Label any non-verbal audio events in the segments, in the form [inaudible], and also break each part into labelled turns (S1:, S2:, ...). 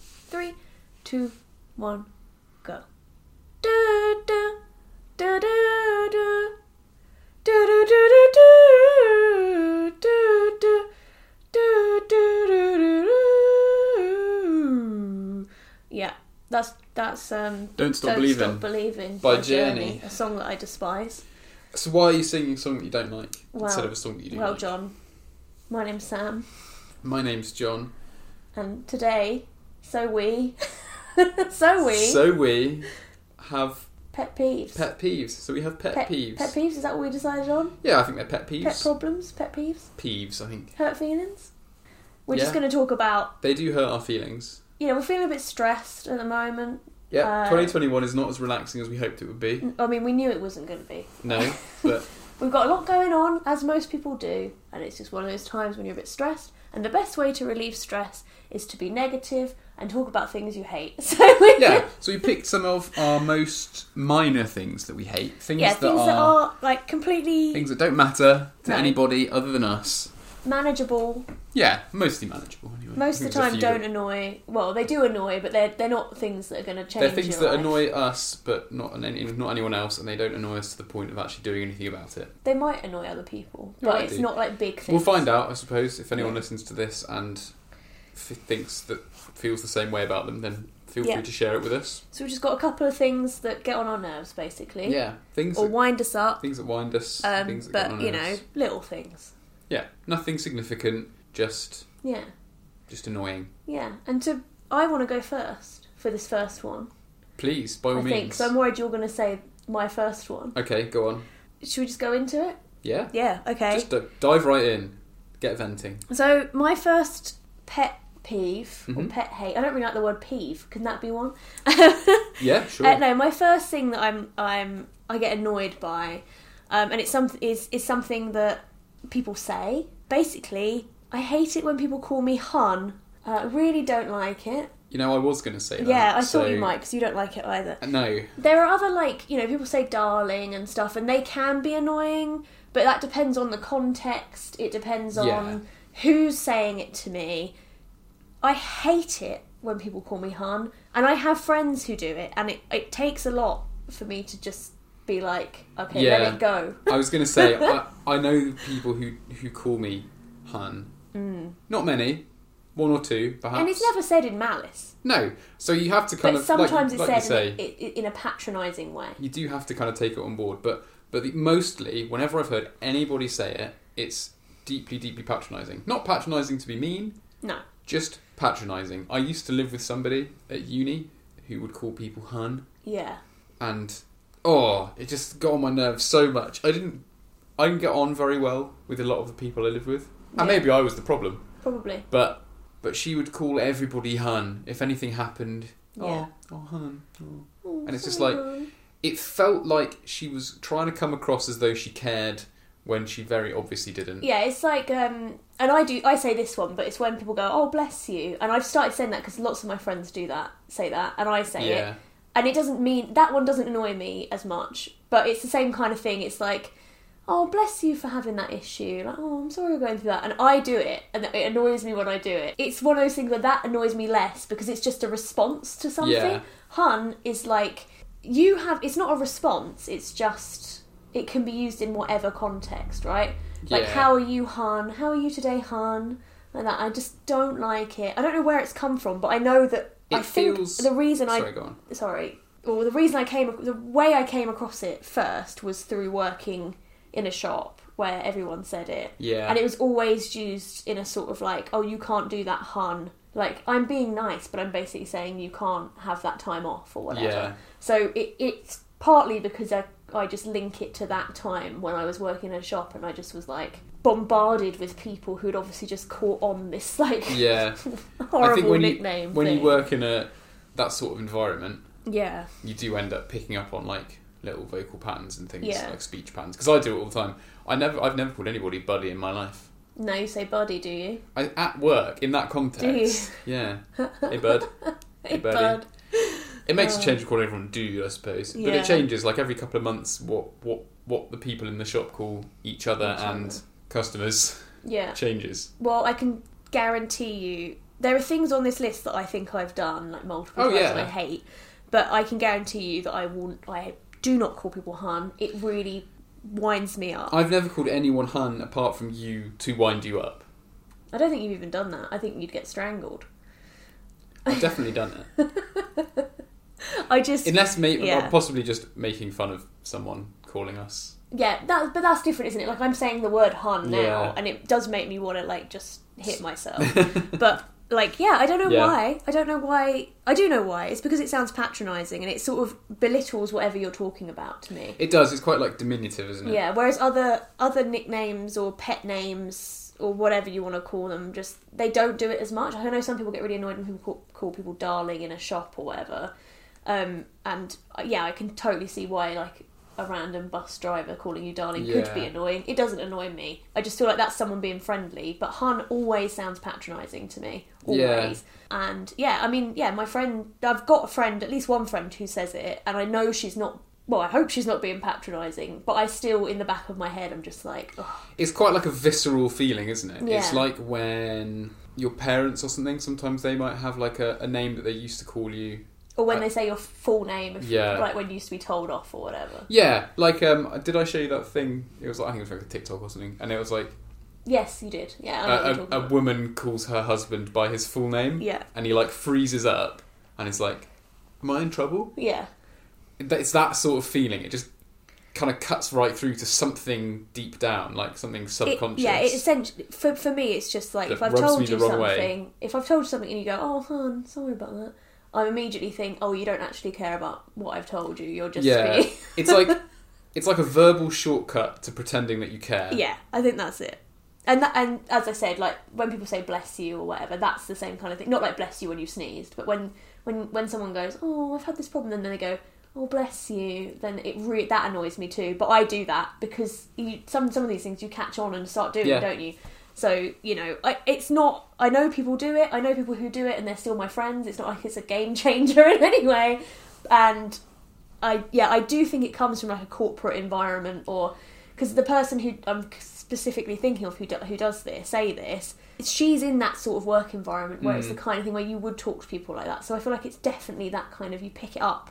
S1: three, two, one, go. Do do do do do do do do do do do do do do do do. Yeah, that's that's um.
S2: Don't Stop
S1: Don't
S2: Believing.
S1: Stop Believing
S2: by Journey.
S1: a song that I despise.
S2: So why are you singing a song that you don't like
S1: Well-
S2: instead of a song that you do
S1: Well,
S2: like?
S1: John, my name's Sam,
S2: My name's John.
S1: and today, so we, [laughs] so we,
S2: So we have
S1: pet peeves.
S2: pet peeves. So we have pet,
S1: Pet-
S2: peeves.
S1: Pet peeves, is that what we decided on?
S2: yeah, I think they're pet peeves.
S1: Pet problems, pet peeves,
S2: peeves, I think.
S1: hurt feelings. We're just
S2: Yeah.
S1: going to talk about,
S2: They do hurt our feelings.
S1: you know, we're feeling a bit stressed at the moment.
S2: Yeah,
S1: Uh,
S2: 2021 is not as relaxing as we hoped it would be.
S1: I mean, we knew it wasn't going to be. [laughs]
S2: No, but
S1: We've got a lot going on, as most people do, and it's just one of those times when you're a bit stressed. And the best way to relieve stress is to be negative and talk about things you hate. [laughs] So we,
S2: yeah. So we picked some of our most minor things that we hate. Things,
S1: yeah,
S2: that,
S1: things
S2: are,
S1: that are like completely
S2: things that don't matter to
S1: No.
S2: anybody other than us.
S1: manageable.
S2: Yeah, mostly manageable anyway.
S1: Most
S2: I
S1: of the
S2: think there's a
S1: time,
S2: few
S1: don't
S2: that-
S1: annoy. Well, they do annoy, but they're they're not things that are going to change.
S2: They're things
S1: your
S2: that
S1: life.
S2: annoy us, but not on any, not anyone else, and they don't annoy us to the point of actually doing anything about it.
S1: They might annoy other people,
S2: They
S1: but
S2: might
S1: it's
S2: do.
S1: not like big things.
S2: We'll find out, I suppose, if anyone
S1: Yeah.
S2: listens to this and f- thinks that feels the same way about them, then feel
S1: Yeah.
S2: free to share it with us.
S1: So we've just got a couple of things that get on our nerves, basically,
S2: Yeah, things
S1: or
S2: that,
S1: wind us up.
S2: things that wind us,
S1: Um,
S2: things that get
S1: but
S2: on
S1: you
S2: our
S1: know,
S2: nerves.
S1: little things.
S2: yeah, nothing significant, just
S1: Yeah,
S2: just annoying.
S1: yeah. And to I want to go first for this first one.
S2: Please, by all
S1: I
S2: means.
S1: think so. I'm worried you're going to say my first one.
S2: Okay, go on.
S1: Should we just go into it?
S2: Yeah,
S1: Yeah. Okay.
S2: just d- dive right in. Get venting.
S1: So my first pet peeve or
S2: Mhm.
S1: pet hate. I don't really like the word peeve. Can that be one? [laughs]
S2: Yeah, sure.
S1: Uh, no, my first thing that I'm I'm I get annoyed by, um, and it's some is is something that people say. Basically, I hate it when people call me hun. Uh, I really don't like it.
S2: You know, I was going to say that.
S1: yeah, I
S2: so-
S1: thought you might because you don't like it either.
S2: No,
S1: There are other like you know people say darling and stuff, and they can be annoying, but that depends on the context. It depends on
S2: Yeah.
S1: who's saying it to me. I hate it when people call me hun, and I have friends who do it, and it it takes a lot for me to just be like, okay,
S2: Yeah.
S1: let it go.
S2: I was going to
S1: [laughs]
S2: say I, I know people who who call me hun. Not many, one or two perhaps.
S1: Mm. and it's never said in malice,
S2: no. So you have to kind
S1: but
S2: of
S1: sometimes
S2: like, like you
S1: it's
S2: say,
S1: said in, in, in a patronising way.
S2: you do have to kind of take it on board. But but the, mostly, whenever I've heard anybody say it, it's deeply deeply patronising. Not patronising to be mean,
S1: No,
S2: just patronising. I used to live with somebody at uni who would call people hun,
S1: yeah,
S2: and oh, it just got on my nerves so much. I didn't. I didn't get on very well with a lot of the people I lived with,
S1: Yeah.
S2: and Uh, maybe I was the problem.
S1: probably.
S2: But but she would call everybody hun if anything happened.
S1: Yeah.
S2: Oh, oh hun. Oh.
S1: Oh,
S2: And it's just
S1: sorry,
S2: like-
S1: hun.
S2: It felt like she was trying to come across as though she cared when she very obviously didn't.
S1: Yeah, it's like, um, and I do, I say this one, but it's when people go, "Oh, bless you," and I've started saying that because lots of my friends do that, say that, and I say it,
S2: Yeah.
S1: and it doesn't mean that one doesn't annoy me as much, but it's the same kind of thing. It's like, "Oh, bless you for having that issue," like, "Oh, I'm sorry you're going through that," and I do it, and it annoys me when I do it. It's one of those things where that annoys me less because it's just a response to something.
S2: Yeah.
S1: Hun is like, you have, it's not a response, it's just, it can be used in whatever context, right? Like,
S2: Yeah.
S1: how are you, Han? How are you today, Han? Like that. I just don't like it. I don't know where it's come from, but I know that I
S2: It
S1: think
S2: feels-
S1: the reason
S2: Sorry, go on.
S1: I sorry, well, the reason I came, the way I came across it first was through working in a shop where everyone said it,
S2: Yeah.
S1: and it was always used in a sort of like, oh, you can't do that, hun. Like I'm being nice, but I'm basically saying you can't have that time off or whatever.
S2: Yeah.
S1: So it, it's partly because I, I just link it to that time when I was working in a shop and I just was like bombarded with people who'd obviously just caught on this [laughs] like
S2: yeah.
S1: horrible
S2: I think when
S1: nickname.
S2: you when
S1: thing.
S2: you work in a that sort of environment,
S1: yeah,
S2: you do end up picking up on like little vocal patterns and things
S1: Yeah.
S2: like speech patterns. Because I do it all the time. I never I've never called anybody buddy in my life.
S1: no, you say buddy, do you?
S2: I, at work in that context, yeah.
S1: [laughs]
S2: Hey bud, hey buddy.
S1: bud.
S2: It makes a
S1: Oh.
S2: change of calling everyone dude, I suppose. But
S1: Yeah.
S2: it changes like every couple of months what what what the people in the shop call each other
S1: Each Uh,
S2: and
S1: other.
S2: customers
S1: Yeah.
S2: [laughs] changes.
S1: Well, I can guarantee you there are things on this list that I think I've done like multiple
S2: Oh,
S1: times
S2: yeah.
S1: and I hate, but I can guarantee you that I will. I do not call people hun. It really winds me up.
S2: I've never called anyone hun apart from you to wind you up.
S1: I don't think you've even done that. I think you'd get strangled. [laughs]
S2: I've definitely done it.
S1: I just
S2: Unless may-
S1: Yeah.
S2: or possibly just making fun of someone calling us.
S1: yeah. That but that's different, isn't it? Like I'm saying the word hun now,
S2: Yeah.
S1: and it does make me want to like just hit
S2: [laughs]
S1: myself. but like yeah i don't know
S2: Yeah.
S1: why i don't know why i do know why it's because it sounds patronizing and it sort of belittles whatever you're talking about to me
S2: It does. It's quite like diminutive, isn't it?
S1: yeah whereas other other nicknames or pet names or whatever you want to call them just they don't do it as much i know some people get really annoyed when people call, call people darling in a shop or whatever um and uh, yeah i can totally see why like a random bus driver calling you darling could
S2: Yeah.
S1: be annoying it doesn't annoy me i just feel like that's someone being friendly but hun always sounds patronizing to me always and yeah i mean yeah my friend i've got a friend at least one friend who says it and i know she's not well i hope she's not being patronizing but i still in the back of my head i'm just like oh,
S2: It's quite like a visceral feeling, isn't it? It's
S1: Yeah.
S2: like when your parents or something, sometimes they might have like a, a name that they used to call you.
S1: or when
S2: Uh,
S1: they say your full name if
S2: yeah.
S1: like when you used to be told off or whatever
S2: Yeah, like, um, did I show you that thing? It was like, I think it was like a TikTok or something. And it was like,
S1: yes you did yeah I know what you're
S2: a,
S1: talking
S2: a, a
S1: about.
S2: woman calls her husband by his full name.
S1: Yeah.
S2: And he like freezes up and is like, Am I in trouble?
S1: yeah
S2: That- It's that sort of feeling. It just kind of cuts right through to something deep down, like something
S1: It-
S2: subconscious.
S1: yeah, it essentially for for me, it's just like
S2: That
S1: if I've
S2: rubs
S1: told
S2: me the
S1: you
S2: wrong
S1: something,
S2: way.
S1: if I've told you something and you go, "Oh, hon, sorry about that," I immediately think, "Oh, you don't actually care about what I've told you. You're just
S2: Yeah.
S1: being-"
S2: [laughs] it's like it's like a verbal shortcut to pretending that you care.
S1: yeah." I think that's it. And that, and as I said, like when people say "bless you" or whatever, that's the same kind of thing. Not like "bless you" when you sneezed, but when when when someone goes, "Oh, I've had this problem," and then they go. Oh bless you! Then it re- that annoys me too, but I do that because you, some some of these things you catch on and start doing,
S2: Yeah.
S1: don't you? So you know, I, it's not. I know people do it. I know people who do it, and they're still my friends. It's not like it's a game [laughs] changer in any way. And I, yeah, I do think it comes from like a corporate environment, or because the person who I'm specifically thinking of who do, who does this, say this, she's in that sort of work environment where it's
S2: Mm.
S1: the kind of thing where you would talk to people like that. So I feel like it's definitely that kind of you pick it up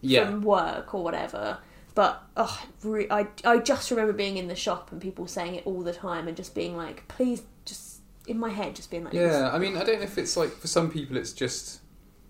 S2: Yeah.
S1: from work or whatever. But oh, re- I, I just remember being in the shop and people saying it all the time and just being like, please, just in my head, just being like, this.
S2: Yeah, I mean, I don't know if it's like for some people it's just,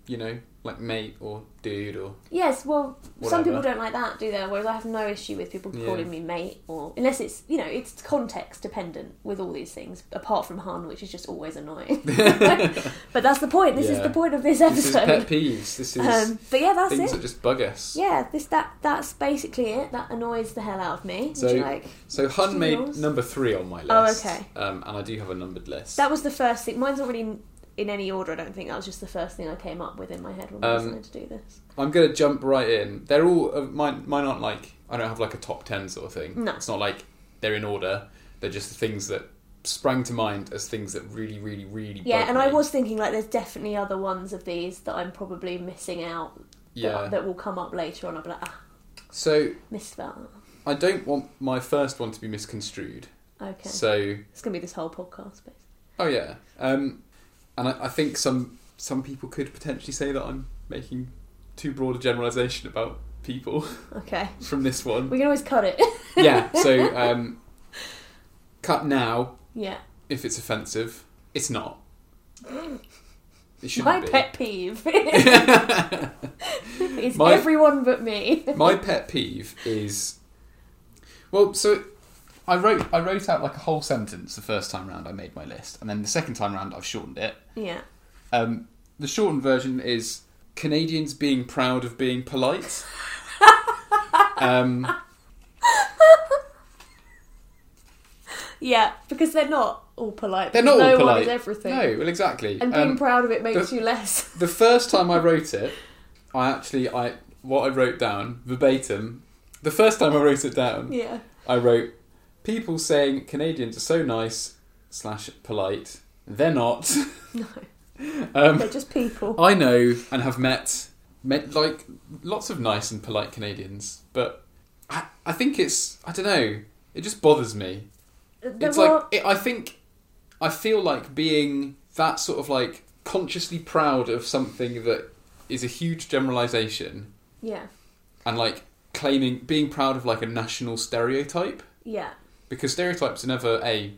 S2: you know, like mate or dude or
S1: Yes, well,
S2: Whatever.
S1: some people don't like that, do they? Whereas I have no issue with people
S2: Yeah.
S1: calling me mate or unless it's you know it's context dependent with all these things. Apart from Han, which is just always
S2: [laughs]
S1: annoying. [laughs] but that's the point. This is
S2: Yeah.
S1: the point of this
S2: this is pet
S1: episode.
S2: peeves. This is
S1: um, but yeah, that's
S2: things
S1: it.
S2: that just bug us.
S1: Yeah, this that that's basically it. That annoys the hell out of me.
S2: So-
S1: Would you like?
S2: So Hun
S1: Just
S2: made
S1: yours.
S2: number three on my
S1: Oh,
S2: list.
S1: okay.
S2: Um, and I do have a numbered list.
S1: That was the first thing. Mine's not really in, in any order. I don't think that was just the first thing I came up with in my head when I
S2: Um,
S1: decided to do this.
S2: I'm gonna jump right in. They're all uh, mine. Mine aren't like I don't have like a top ten sort of thing.
S1: No.
S2: it's not like they're in order. They're just the things that sprang to mind as things that really, really, really.
S1: Yeah,
S2: bug
S1: and I
S2: me.
S1: was thinking like, there's definitely other ones of these that I'm probably missing out
S2: Yeah.
S1: that, that will come up later on. I'll be like, ah,
S2: So
S1: missed that.
S2: I don't want my first one to be misconstrued.
S1: Okay.
S2: So
S1: it's going to be this whole podcast, basically.
S2: oh yeah, um, and I, I think some some people could potentially say that I'm making too broad a generalisation about people [laughs]
S1: Okay.
S2: from this one.
S1: We can always cut it. [laughs]
S2: yeah. So um, cut now
S1: yeah.
S2: if it's offensive. It's not. It shouldn't
S1: My
S2: be. [laughs]
S1: pet peeve is
S2: My-
S1: everyone but me.
S2: My pet peeve is well, so I wrote I wrote out like a whole sentence the first time round I made my list, and then the second time round I've shortened it.
S1: [laughs] yeah.
S2: Um, the shortened version is Canadians being proud of
S1: [laughs]
S2: being polite. um,
S1: Yeah, because they're not all polite.
S2: they're not
S1: no
S2: all
S1: one
S2: polite.
S1: is everything.
S2: No, well, exactly.
S1: And being
S2: Um,
S1: proud of it makes
S2: the-
S1: you less. [laughs]
S2: the first time I wrote it, I actually I what I wrote down verbatim. The first time I wrote it down,
S1: Yeah.
S2: I wrote people saying Canadians are so nice slash polite. They're not.
S1: [laughs] No.
S2: [laughs] Um,
S1: They're just
S2: [laughs]
S1: people.
S2: I know and have met met like lots of nice and polite Canadians, but I, I think it's I don't know. It just bothers me.
S1: They're
S2: It's
S1: more-
S2: like it, I think I feel like being that sort of like consciously proud of something that is a huge generalization
S1: Yeah.
S2: and like claiming being proud of like a national stereotype
S1: Yeah.
S2: because stereotypes are never a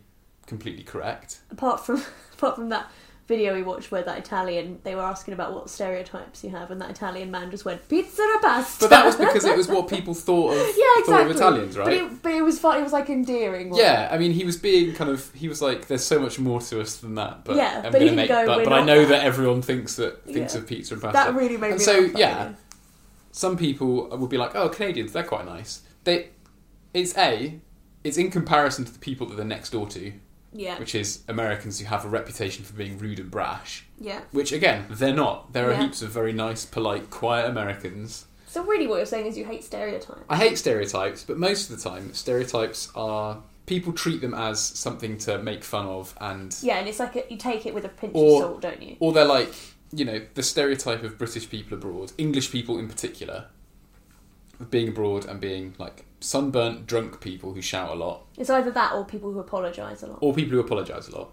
S2: completely correct.
S1: Apart from [laughs] apart from that video we watched where that Italian they were asking about what stereotypes you have and that Italian man just went pizza or pasta.
S2: But that was because it was what people thought
S1: [laughs]
S2: of
S1: yeah,
S2: thought of
S1: exactly.
S2: Italians,
S1: [laughs]
S2: right?
S1: But it, but it was fun. It was like endearing. wasn't
S2: Yeah, I mean, he was being kind of. He was like, "There's so much more to us than that." But
S1: Yeah,
S2: I'm
S1: but he didn't
S2: gonna make,
S1: go,
S2: but,
S1: "We're
S2: but I
S1: not
S2: know
S1: that."
S2: that everyone thinks that thinks
S1: Yeah.
S2: of pizza and
S1: it?
S2: pasta.
S1: That really made
S2: And
S1: me.
S2: so,
S1: laugh, that
S2: yeah.
S1: video.
S2: Some people would be like, "Oh, Canadians, they're quite nice." They, it's a, it's in comparison to the people that they're next door to,
S1: Yeah.
S2: which is Americans who have a reputation for being rude and brash.
S1: Yeah.
S2: Which again, they're not. There are
S1: Yeah.
S2: heaps of very nice, polite, quiet Americans.
S1: So really, what you're saying is you hate stereotypes.
S2: I hate stereotypes, but most of the time, stereotypes are people treat them as something to make fun of and
S1: Yeah, and it's like a, you take it with a pinch of
S2: Or-
S1: salt, don't you?
S2: or they're like you know the stereotype of british people abroad english people in particular of being abroad and being like sunburnt drunk people who shout a lot
S1: It's either that or people who apologise a lot.
S2: or people who apologize a lot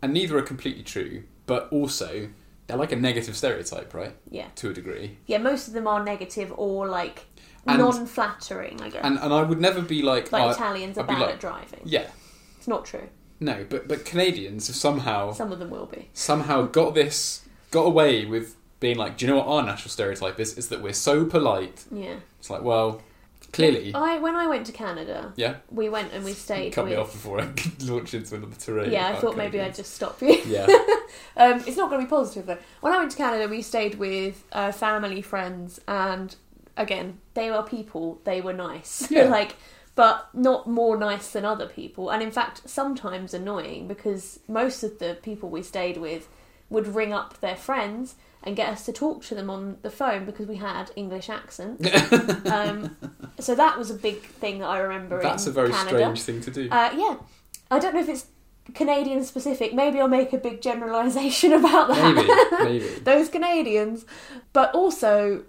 S2: and neither are completely true but also they're like a negative stereotype right
S1: Yeah.
S2: to a degree
S1: Yeah, most of them are negative or like
S2: And-
S1: non-flattering. I guess.
S2: and and i would never be like,
S1: like
S2: oh,
S1: Italians are
S2: I'd be
S1: bad
S2: like-
S1: at driving.
S2: yeah
S1: It's not true.
S2: no but but canadians have somehow
S1: Some of them will be.
S2: somehow got this got away with being like do you know what our national stereotype is is that we're so polite
S1: Yeah.
S2: it's like well clearly
S1: I when I went to Canada,
S2: yeah
S1: we went and we stayed.
S2: Cut
S1: with,
S2: me off before I [laughs] could launch into another terrain.
S1: Yeah, I
S2: about
S1: thought maybe I'd
S2: Canadians.
S1: just stop you.
S2: Yeah,
S1: Um, it's not going to be positive though. When I went to Canada, we stayed with uh, family, friends, and again, they were people. They were nice, [laughs]
S2: Yeah.
S1: like, but not more nice than other people. And in fact, sometimes annoying because most of the people we stayed with would ring up their friends and get us to talk to them on the phone because we had English
S2: [laughs]
S1: accents. um, so that was a big thing that I remember.
S2: that's a
S1: in
S2: very
S1: Canada.
S2: strange thing to
S1: [laughs]
S2: do.
S1: Uh, yeah, I don't know if it's Canadian specific. Maybe I'll make a big generalisation [laughs] about that.
S2: maybe, maybe.
S1: Those Canadians, but also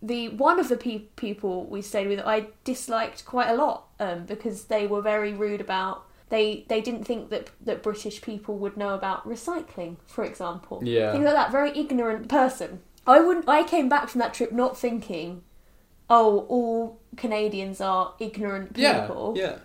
S1: the one of the pe- people we stayed with, I disliked quite a lot um, because they were very rude about. They, they didn't think that that British people would know about recycling, for example.
S2: Yeah.
S1: Things like that. Very ignorant person. I wouldn't. I came back from that trip not thinking, oh, all Canadians are ignorant
S2: Yeah,
S1: people.
S2: yeah.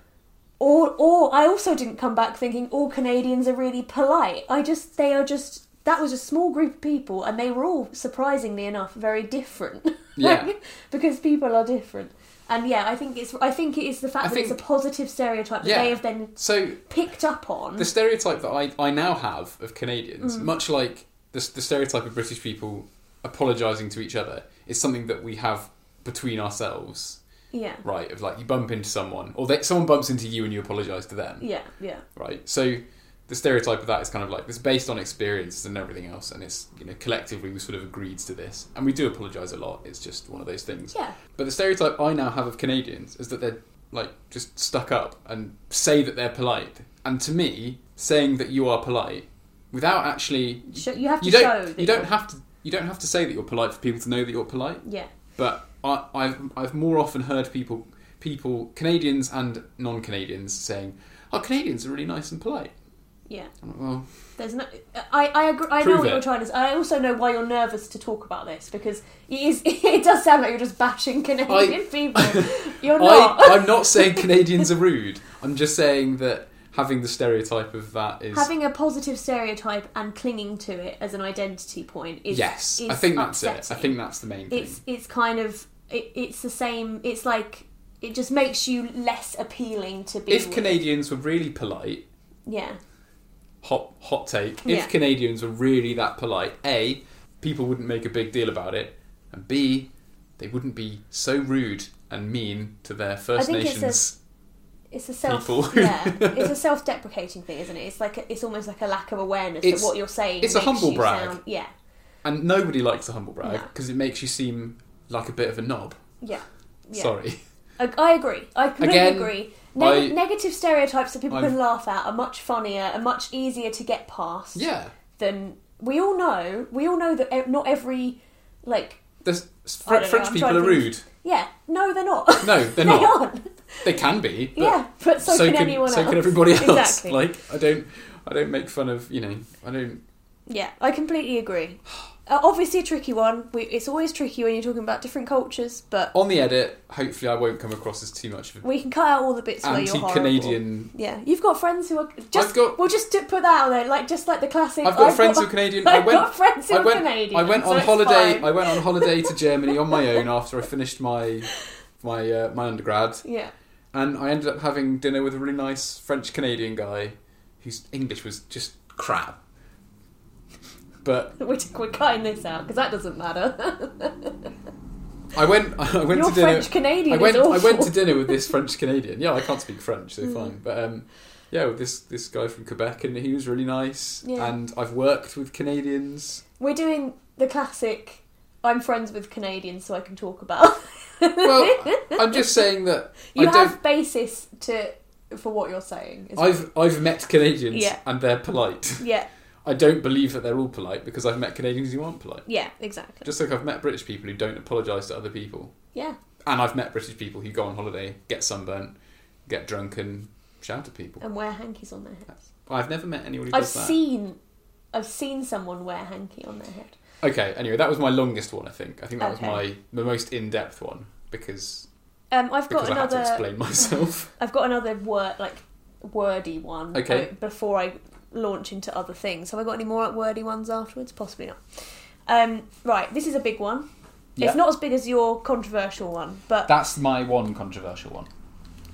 S1: Or, or I also didn't come back thinking all Canadians are really polite. I just, they are just. That was a small group of people, and they were all surprisingly enough very different. [laughs]
S2: Yeah.
S1: because people are different, and yeah, I think it's. I think it is the fact
S2: I
S1: that it's
S2: think-
S1: a positive stereotype that
S2: Yeah.
S1: they have then
S2: So
S1: picked up on.
S2: the stereotype that I, I now have of
S1: Mm.
S2: Canadians, much like the, the stereotype of British people apologising to each other, is something that we have between ourselves,
S1: yeah,
S2: right? Of like you bump into someone, or they, someone bumps into you and you apologise to them,
S1: yeah, yeah,
S2: right? So the stereotype of that is kind of like it's based on experiences and everything else, and it's you know collectively we sort of agreed to this, and we do apologise a lot. It's just one of those things.
S1: yeah.
S2: But the stereotype I now have of Canadians is that they're like just stuck up and say that they're polite, and to me, saying that you are polite without actually
S1: Sho- you have to
S2: you
S1: show.
S2: don't
S1: That
S2: you don't
S1: you're-
S2: have to you don't have to say that you're polite for people to know that you're polite.
S1: Yeah,
S2: But I, I've I've more often heard people people Canadians and non-Canadians saying, "Oh, Canadians are really nice and polite."
S1: yeah.
S2: I'm like, well,
S1: There's no. I I agree. I
S2: Prove
S1: know what
S2: it.
S1: you're trying to. say. I also know why you're nervous to talk about this because it is. [laughs] It does sound like you're just bashing Canadian people. You're not.
S2: I, [laughs] I'm not saying Canadians are rude. I'm just saying that having the stereotype of that is
S1: Having a positive stereotype and clinging to it as an identity point is
S2: yes.
S1: Is
S2: I think that's it. I
S1: upsetting.
S2: think that's the main thing.
S1: it's it's kind of it, it's the same. It's like it just makes you less appealing to be.
S2: if
S1: with.
S2: Canadians were really polite,
S1: yeah,
S2: hot hot take. If
S1: Yeah.
S2: Canadians were really that polite, a people wouldn't make a big deal about it, and b they wouldn't be so rude and mean to their First
S1: think it's a-
S2: Nations.
S1: it's a self.
S2: People.
S1: yeah, it's a self-deprecating thing, isn't it? It's like a, it's almost like a lack of awareness
S2: It's-
S1: that what you're saying.
S2: it's a
S1: makes
S2: humble
S1: you
S2: brag.
S1: Sound, yeah,
S2: And nobody likes a humble brag
S1: No.
S2: because it makes you seem like a bit of a knob.
S1: yeah, yeah.
S2: Sorry.
S1: I, I agree. I completely
S2: Again,
S1: agree.
S2: I-
S1: Neg- negative stereotypes that people
S2: I'm-
S1: can laugh at are much funnier and much easier to get past
S2: Yeah.
S1: than we all know. We all know that ev- not every like I
S2: There's,
S1: don't
S2: Fre-
S1: know,
S2: French
S1: I'm
S2: people
S1: trying
S2: are
S1: to think.
S2: rude.
S1: yeah. No, they're not.
S2: No, they're
S1: [laughs] they
S2: not.
S1: aren't.
S2: They can be. But
S1: yeah, but so, can, anyone
S2: so
S1: else.
S2: can everybody else.
S1: Exactly.
S2: Like I don't, I don't make fun of you know. I don't
S1: Yeah, I completely
S2: [sighs]
S1: agree. Uh, obviously, a tricky one. We, it's always tricky when you're talking about different cultures, but
S2: On the edit, hopefully I won't come across as too much of an
S1: we can cut out all the bits where you're horrible.
S2: anti-Canadian.
S1: Yeah, you've got friends who are just.
S2: I've got-
S1: we'll just do- put that out there, like just like the classic.
S2: I've got friends who are Canadian. I
S1: [laughs] I've
S2: went.
S1: got friends who
S2: I
S1: are
S2: went.
S1: Canadian.
S2: I went
S1: so
S2: on
S1: it's
S2: holiday.
S1: fine.
S2: I went on holiday
S1: [laughs]
S2: to Germany on my own after I finished my my uh, my undergrad,
S1: Yeah, [laughs]
S2: and I ended up having dinner with a really nice French Canadian guy, whose English was just crap. But
S1: we're, we're cutting this out because that doesn't matter.
S2: I went. [laughs] I went
S1: Your
S2: to dinner.
S1: French Canadian
S2: I went.
S1: is awful. Hmm.
S2: I went to dinner with this French Canadian. Yeah, I can't speak French, so fine. But um, yeah, with this this guy from Quebec, and he was really nice.
S1: Yeah.
S2: And I've worked
S1: [laughs]
S2: with Canadians.
S1: We're doing the classic. I'm friends with Canadians, so I can talk about. [laughs]
S2: Well, I'm just saying that
S1: you
S2: I don't.
S1: have basis to for what you're saying. is-
S2: I've I've met Canadians
S1: Yeah.
S2: and they're polite.
S1: yeah,
S2: I don't believe that they're all polite because I've met Canadians who aren't polite.
S1: yeah, exactly.
S2: Just like I've met British people who don't apologise to other people,
S1: yeah,
S2: and I've met British people who go on holiday, get sunburnt, get drunk, and shout at people.
S1: and wear hankies on their heads.
S2: I've never met anyone who
S1: I've
S2: does that.
S1: seen, I've seen someone wear hanky on their head.
S2: Okay, anyway, that was my longest one. I think. I think that
S1: Okay.
S2: was my the most in depth one because
S1: Um, I've got
S2: because I had to
S1: another. [laughs]
S2: explain myself.
S1: I've got another word like wordy one.
S2: Okay.
S1: uh, Before I launch into other things, have I got any more like wordy ones afterwards? Possibly not. Um, right, this is a big one.
S2: Yeah.
S1: It's not as big as your controversial one, but
S2: That's my one controversial one.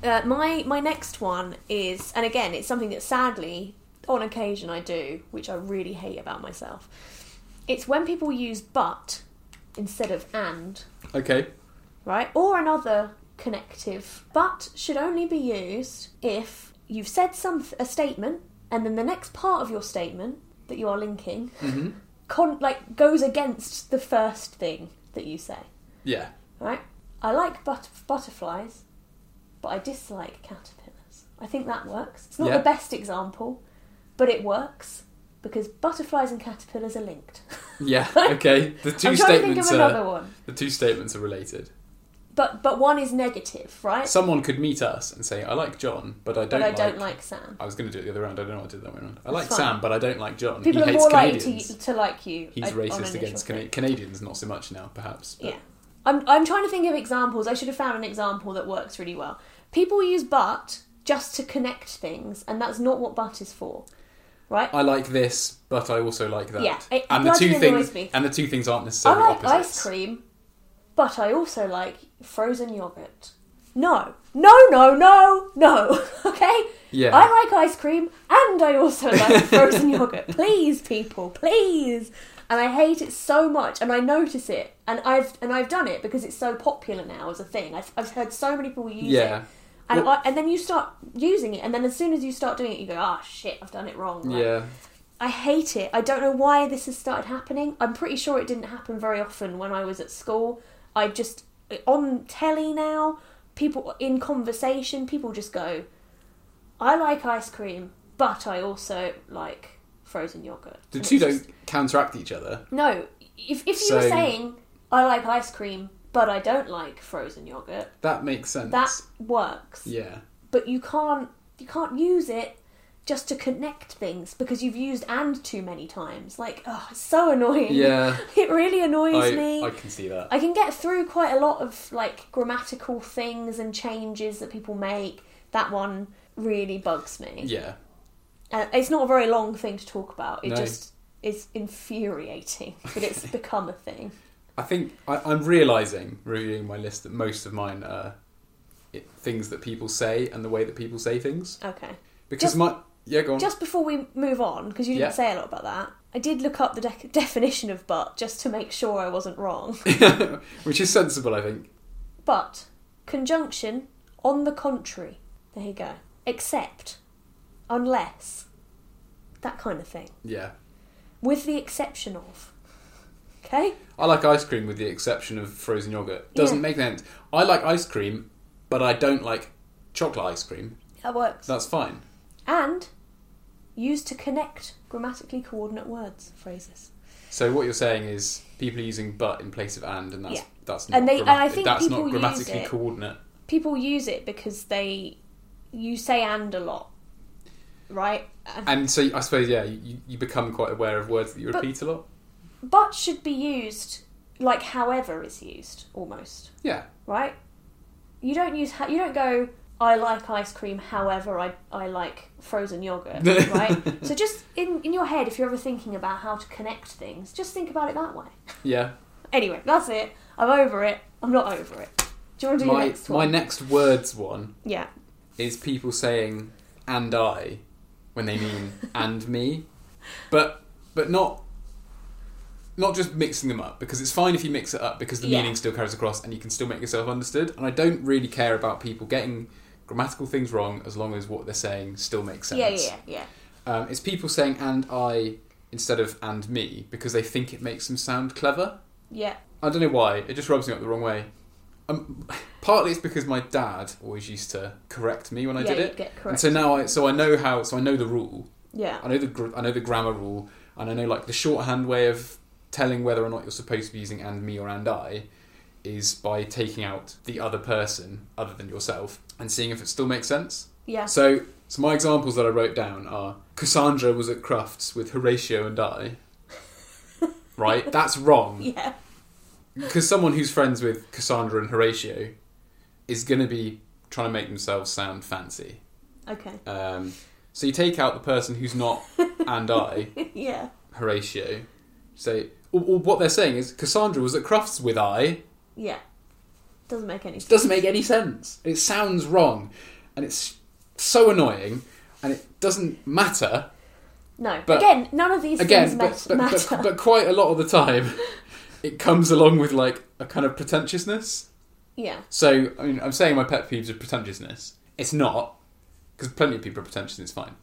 S1: Uh, my my next one is, and again, it's something that sadly, on occasion, I do, which I really hate about myself. It's when people use "but" instead of "and,"
S2: Okay.
S1: right, or another connective. "But" should only be used if you've said some a statement, and then the next part of your statement that you are linking
S2: hmm
S1: con- like goes against the first thing that you say.
S2: Yeah.
S1: Right? I like but- butterflies, but I dislike caterpillars. I think that works. It's not
S2: Yeah.
S1: the best example, but it works because butterflies and caterpillars are linked. [laughs]
S2: Yeah. Okay. The 2
S1: I'm trying to think of
S2: statements uh, are
S1: another one.
S2: the two statements are related.
S1: But but one is negative, right?
S2: Someone could meet us and say, "I like John, but I don't."
S1: but I
S2: like...
S1: don't like Sam.
S2: I was going to do it the other round. I don't know. why I did it that way around. I like
S1: fine.
S2: Sam, but I don't like John.
S1: People
S2: he
S1: are
S2: hates
S1: more likely
S2: Canadians.
S1: to, to like you.
S2: He's
S1: uh, on
S2: racist
S1: initial
S2: against
S1: thing.
S2: Cana- Canadians, not so much now, perhaps. but-
S1: Yeah. I'm, I'm trying to think of examples. I should have found an example that works really well. People use but just to connect things, and that's not what but is for, right?
S2: I like this, but I also like that.
S1: Yeah, it
S2: and the
S1: bloody
S2: two
S1: annoys
S2: things
S1: me.
S2: and the two things aren't
S1: I
S2: necessarily
S1: like
S2: opposites.
S1: ice cream, but I also like frozen yogurt. No, no, no, no, no. [laughs] okay?
S2: Yeah.
S1: I like ice cream and I also
S2: [laughs]
S1: like frozen yogurt. Please, people, please. And I hate it so much, and I notice it, and I've and I've done it because it's so popular now as a thing. I've, I've heard so many people use
S2: Yeah.
S1: it, and I, and then you start using it, and then as soon as you start doing it, you go, ah, shit, I've done it wrong. Like,
S2: Yeah.
S1: I hate it. I don't know why this has started happening. I'm pretty sure it didn't happen very often when I was at school. I just on telly now, people in conversation, people just go, "I like ice cream, but I also like frozen yogurt."
S2: The
S1: And
S2: two
S1: it's
S2: don't
S1: just-
S2: counteract each other.
S1: No, if if you were
S2: So-
S1: saying, "I like ice cream, but I don't like frozen yogurt,"
S2: That makes sense.
S1: that works.
S2: Yeah.
S1: But you can't you can't use it just to connect things because you've used and too many times. Like, oh, it's so annoying.
S2: Yeah.
S1: [laughs] It really annoys
S2: I,
S1: me.
S2: I
S1: I,
S2: can see that.
S1: can get through quite a lot of like grammatical things and changes that people make. That one really bugs me.
S2: Yeah.
S1: And it's not a very long thing to talk about. It
S2: No.
S1: just is infuriating, [laughs] but it's become a thing.
S2: I think I, I'm realizing reviewing my list that most of mine are it, things that people say and the way that people say things
S1: Okay.
S2: because
S1: Just-
S2: my yeah go on
S1: Just before we move on, because you didn't
S2: Um, Yeah.
S1: say a lot about that, I did look up the dec [laughs] definition of "but" just to make sure I wasn't wrong.
S2: [laughs] which is sensible I think
S1: But conjunction, on the contrary. There you go. Except, unless, that kind of thing.
S2: yeah
S1: With the exception of. Okay?
S2: I like ice cream with the exception of frozen yogurt doesn't
S1: Yeah.
S2: make sense I like ice cream but I don't like chocolate ice cream
S1: That works.
S2: that's fine
S1: And used to connect grammatically coordinate words, phrases.
S2: so what you're saying is people are using but in place of and and that's
S1: Yeah.
S2: that's not
S1: And they- and I
S2: grammatic-
S1: think
S2: that's
S1: people
S2: not
S1: use
S2: grammatically
S1: it-
S2: coordinate
S1: People use it because they. You say and a lot. right? And
S2: And so I suppose yeah, you, you become quite aware of words that you
S1: But-
S2: repeat a lot.
S1: but should be used like however is used almost,
S2: Yeah,
S1: right? You don't use ha- you don't go I like ice cream however I, I like frozen
S2: [laughs]
S1: yogurt, right? so just in in your head if you're ever thinking about how to connect things, just think about it that way.
S2: yeah.
S1: Anyway, that's it. I'm over it. I'm not over it. Do you want to do
S2: my
S1: your next
S2: my
S1: one?
S2: next words one
S1: yeah.
S2: is people saying "and I" when they
S1: [laughs]
S2: mean "and me," but but not not just mixing them up because it's fine if you mix it up because the
S1: Yeah.
S2: meaning still carries across and you can still make yourself understood. And I don't really care about people getting grammatical things wrong as long as what they're saying still makes sense.
S1: yeah, yeah, yeah, yeah.
S2: Um, it's people saying "and I" instead of "and me" because they think it makes them sound clever.
S1: Yeah.
S2: I don't know why. It just rubs me up the wrong way. Um, partly it's because my dad always used to correct me when I
S1: yeah,
S2: did
S1: you
S2: it,
S1: Get correct.
S2: and so now I so I know how so I know the rule.
S1: yeah.
S2: I know the gr- I know the grammar rule, and I know like the shorthand way of telling whether or not you're supposed to be using "and me" or "and I" is by taking out the other person other than yourself and seeing if it still makes sense.
S1: Yeah. [laughs]
S2: So, so my examples that I wrote down are Cassandra was at Crufts with Horatio and
S1: [laughs]
S2: I. right, that's wrong
S1: Yeah.
S2: because someone who's friends with Cassandra and Horatio is going to be trying to make themselves sound fancy.
S1: Okay. [laughs]
S2: Um, so you take out the person who's not and I
S1: yeah.
S2: Horatio. Say or, or what they're saying is Cassandra was at Crufts with I.
S1: Yeah. Doesn't make any
S2: It
S1: sense.
S2: doesn't make any sense. It sounds wrong, and it's so annoying, and it doesn't matter
S1: No.
S2: but-
S1: again, none of these
S2: again,
S1: things
S2: but,
S1: ma-
S2: but,
S1: matter.
S2: but, but quite a lot of the time, it comes along with like a kind of pretentiousness.
S1: yeah.
S2: So I mean, I'm saying my pet peeves are pretentiousness. It's not because plenty of people are pretentious. and It's fine.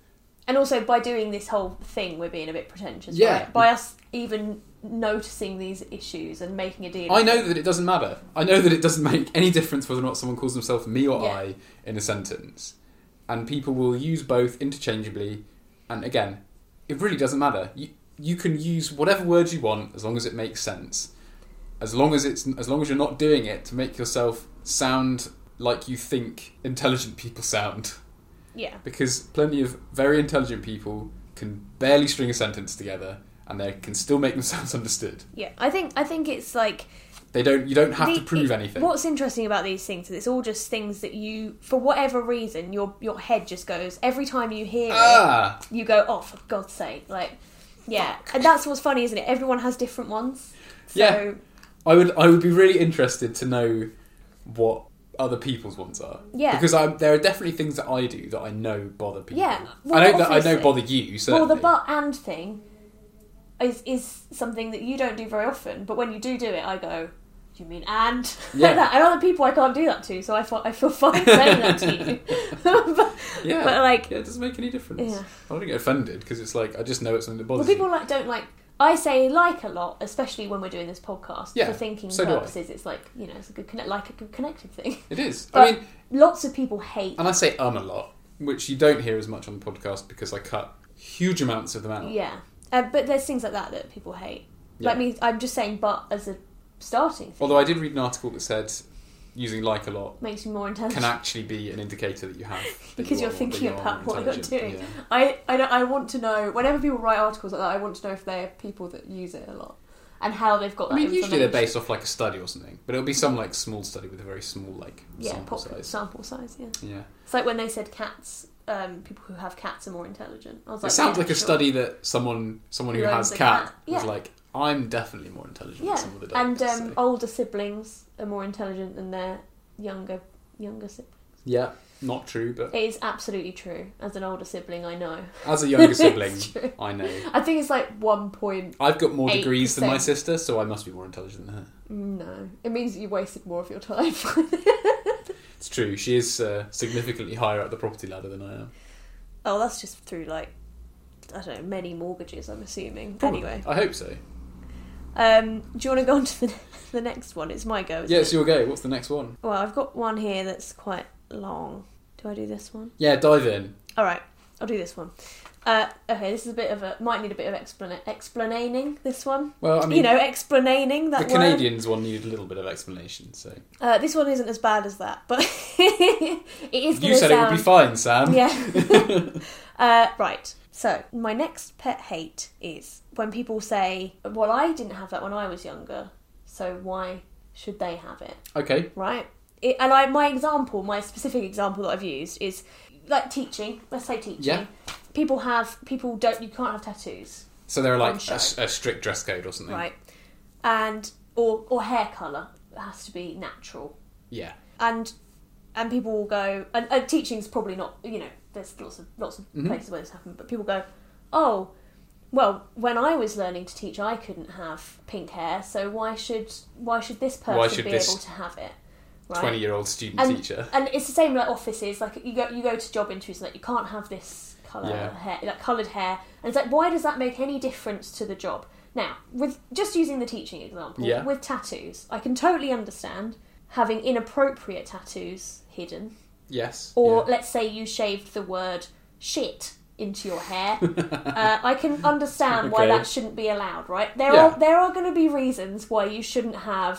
S1: And also, by doing this whole thing, we're being a bit pretentious.
S2: Yeah.
S1: Right? By us even noticing these issues and making a deal.
S2: I know that it doesn't matter. I know that it doesn't [laughs] make any difference whether or not someone calls themselves me or
S1: Yeah.
S2: I in a sentence, and people will use both interchangeably. And again, it really doesn't matter. You you can use whatever words you want as long as it makes sense. As long as it's as long as you're not doing it to make yourself sound like you think intelligent people sound. [laughs]
S1: Yeah.
S2: because plenty of very intelligent people can barely string a sentence together and they can still make themselves [laughs] understood.
S1: Yeah. I think. I think it's like
S2: They don't you don't have to
S1: The-
S2: prove
S1: it-
S2: anything.
S1: What's interesting about these things is it's all just things that you, for whatever reason, your your head just goes. Every time you hear
S2: Ah,
S1: it, you go, "Oh, for God's sake!" Like, yeah, and that's what's funny, isn't it? Everyone has different ones. So,
S2: Yeah. I would I would be really interested to know what other people's ones are.
S1: Yeah.
S2: Because I there are definitely things that I do that I know bother people.
S1: Yeah, well,
S2: I know that I know
S1: obviously.
S2: bother you, certainly.
S1: well, the but and thing is is something that you don't do very often, but when you do do it, I go. "Do You mean and [laughs]
S2: Yeah.
S1: like that, and other people I can't do that to, so I feel I feel
S2: [laughs]
S1: fine saying that to you. [laughs] but,
S2: yeah.
S1: but like
S2: yeah, it doesn't make any difference.
S1: Yeah.
S2: I don't get offended because it's like I just know it's something that
S1: Well,
S2: bothers
S1: people like don't like. I say like a lot, especially when we're doing this podcast
S2: Yeah,
S1: for thinking
S2: so do I.
S1: purposes. It's like you know, it's a good connect, like a good connected thing. [laughs]
S2: you. It is. I
S1: But-
S2: mean,
S1: Lots of people hate.
S2: and I say um a lot, which you don't hear as much on the podcast because I cut huge amounts of them out.
S1: Yeah, uh, but there's things like that that people hate. Like
S2: Yeah.
S1: me, I'm just saying, but as a starting thing,
S2: Although I did read an article that said using like a lot
S1: makes you more intelligent. [laughs]
S2: can actually be an indicator that you have that
S1: Because you're
S2: you are-
S1: thinking
S2: that you are
S1: about what you're
S2: intelligent.
S1: doing. I I, don't, I want to know whenever people write articles like that, I want to know if they're people that use it a lot and how they've got that.
S2: I mean, usually they're
S1: information.
S2: based off like a study or something, but it'll be some like small study with a very small like
S1: Yeah,
S2: sample
S1: pop-
S2: size.
S1: sample size. Yeah.
S2: Yeah,
S1: It's like when they said cats, um, people who have cats are more intelligent. I was like,
S2: it sounds
S1: yeah,
S2: like a
S1: sure.
S2: study that someone someone who,
S1: Who
S2: has
S1: owns a
S2: cat,
S1: cat. Yeah.
S2: was like, I'm definitely more intelligent
S1: Yeah,
S2: than some of the dogs.
S1: And um,
S2: so-
S1: older siblings are more intelligent than their younger younger siblings.
S2: yeah, not true, but
S1: It is absolutely true. As an older sibling, I know.
S2: as a younger sibling,
S1: [laughs] It's true.
S2: I know.
S1: I think it's like one point.
S2: I've got more degrees than my
S1: 8%.
S2: sister, so I must be more intelligent than her.
S1: No, it means that you wasted more of your time. [laughs]
S2: It's true. She is uh, significantly higher up the property ladder than I am.
S1: oh, that's just through like I don't know many mortgages. I'm assuming.
S2: Probably.
S1: Anyway,
S2: I hope so.
S1: um, do you want to go on to the, the next one? It's my go. Isn't
S2: Yeah,
S1: it?
S2: it's your go. What's the next one?
S1: Well, I've got one here that's quite long. Do I do this one?
S2: Yeah, dive in.
S1: All right, I'll do this one. Uh, okay, this is a bit of a might need a bit of explana- explaining. This one,
S2: Well, I mean,
S1: you know, explaining that
S2: the
S1: word.
S2: Canadians one needed a little bit of explanation, so
S1: Uh, this one isn't as bad as that, but [laughs] it is going
S2: you
S1: to
S2: said
S1: sound.
S2: it would be fine, Sam.
S1: Yeah. uh, right. So my next pet hate is when people say, "Well, I didn't have that when I was younger, so why should they have it?"
S2: Okay.
S1: Right. It, and I, my example, my specific example that I've used is like teaching. Let's say teaching.
S2: Yeah.
S1: People have people don't. You can't have tattoos,
S2: So there are
S1: I'm
S2: like
S1: shy.
S2: a, s- a strict dress code or something.
S1: right? And or or hair color it has to be natural.
S2: Yeah.
S1: and and people will go and, and teaching's probably not you know there's lots of lots of
S2: Mm-hmm.
S1: places where this happened but people go oh well when i was learning to teach i couldn't have pink hair so why should why should this person
S2: Why should
S1: be
S2: this
S1: able to have it right
S2: Twenty-year-old student
S1: and,
S2: teacher.
S1: and it's the same like offices like you go you go to job interviews and like you can't have this color
S2: Yeah.
S1: hair like colored hair and it's like why does that make any difference to the job now with just using the teaching example
S2: Yeah.
S1: with tattoos i can totally understand having inappropriate tattoos hidden
S2: Yes.
S1: or
S2: yeah.
S1: let's say you shaved the word shit into your hair [laughs] uh, i can understand why
S2: Okay.
S1: that shouldn't be allowed right there
S2: Yeah.
S1: are there are going to be reasons why you shouldn't have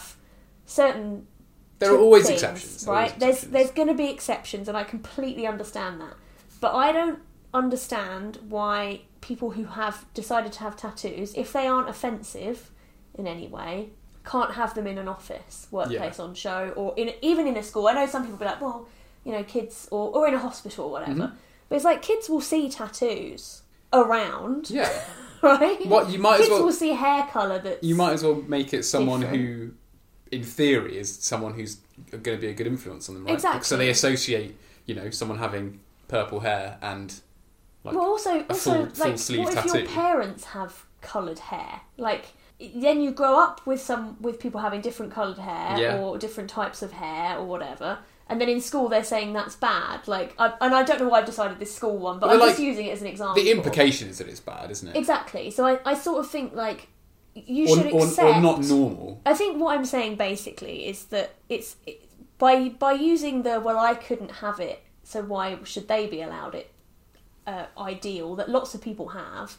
S1: certain
S2: there are
S1: to
S2: always
S1: things,
S2: exceptions,
S1: right?
S2: always
S1: there's
S2: exceptions.
S1: there's going to be exceptions, and I completely understand that. But I don't understand why people who have decided to have tattoos, if they aren't offensive in any way, can't have them in an office, workplace, on show, or in even in a school. I know some people be like, well, you know, kids, or or in a hospital, or whatever.
S2: Mm-hmm.
S1: But it's like kids will see tattoos around, [laughs]
S2: Yeah.
S1: right?
S2: What you might as
S1: kids
S2: well
S1: will see hair color that
S2: you might as well make it someone
S1: Different.
S2: who, in theory, is someone who's going to be a good influence on them, right?
S1: Exactly.
S2: So they associate, you know, someone having purple hair and like
S1: well, also, also,
S2: full-
S1: like,
S2: full-sleeve
S1: what if your
S2: tattoo.
S1: parents have coloured hair? Like, then you grow up with some with people having different coloured hair
S2: Yeah.
S1: or different types of hair or whatever. And then in school they're saying that's bad. Like, I, and I don't know why I've decided this school one, but
S2: Well,
S1: I'm just
S2: like,
S1: using it as an example.
S2: the implication is that it's bad, isn't it?
S1: Exactly. So I, I sort of think like you
S2: or,
S1: should
S2: or,
S1: accept
S2: or not normal.
S1: I think what I'm saying basically is that it's it, by by using the well I couldn't have it, so why should they be allowed it? Uh, ideal that lots of people have.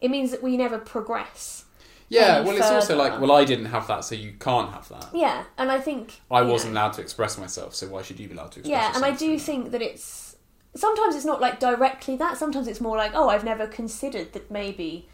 S1: It means that we never progress.
S2: Yeah.
S1: any
S2: Well, it's also
S1: further.
S2: like, well, I didn't have that, so you can't have that.
S1: Yeah, and I think
S2: I
S1: you know,
S2: wasn't allowed to express myself, so why should you be allowed to express
S1: Yeah, and I
S2: yourself through
S1: do
S2: that?
S1: think that it's sometimes it's not like directly that. Sometimes it's more like, oh, I've never considered that maybe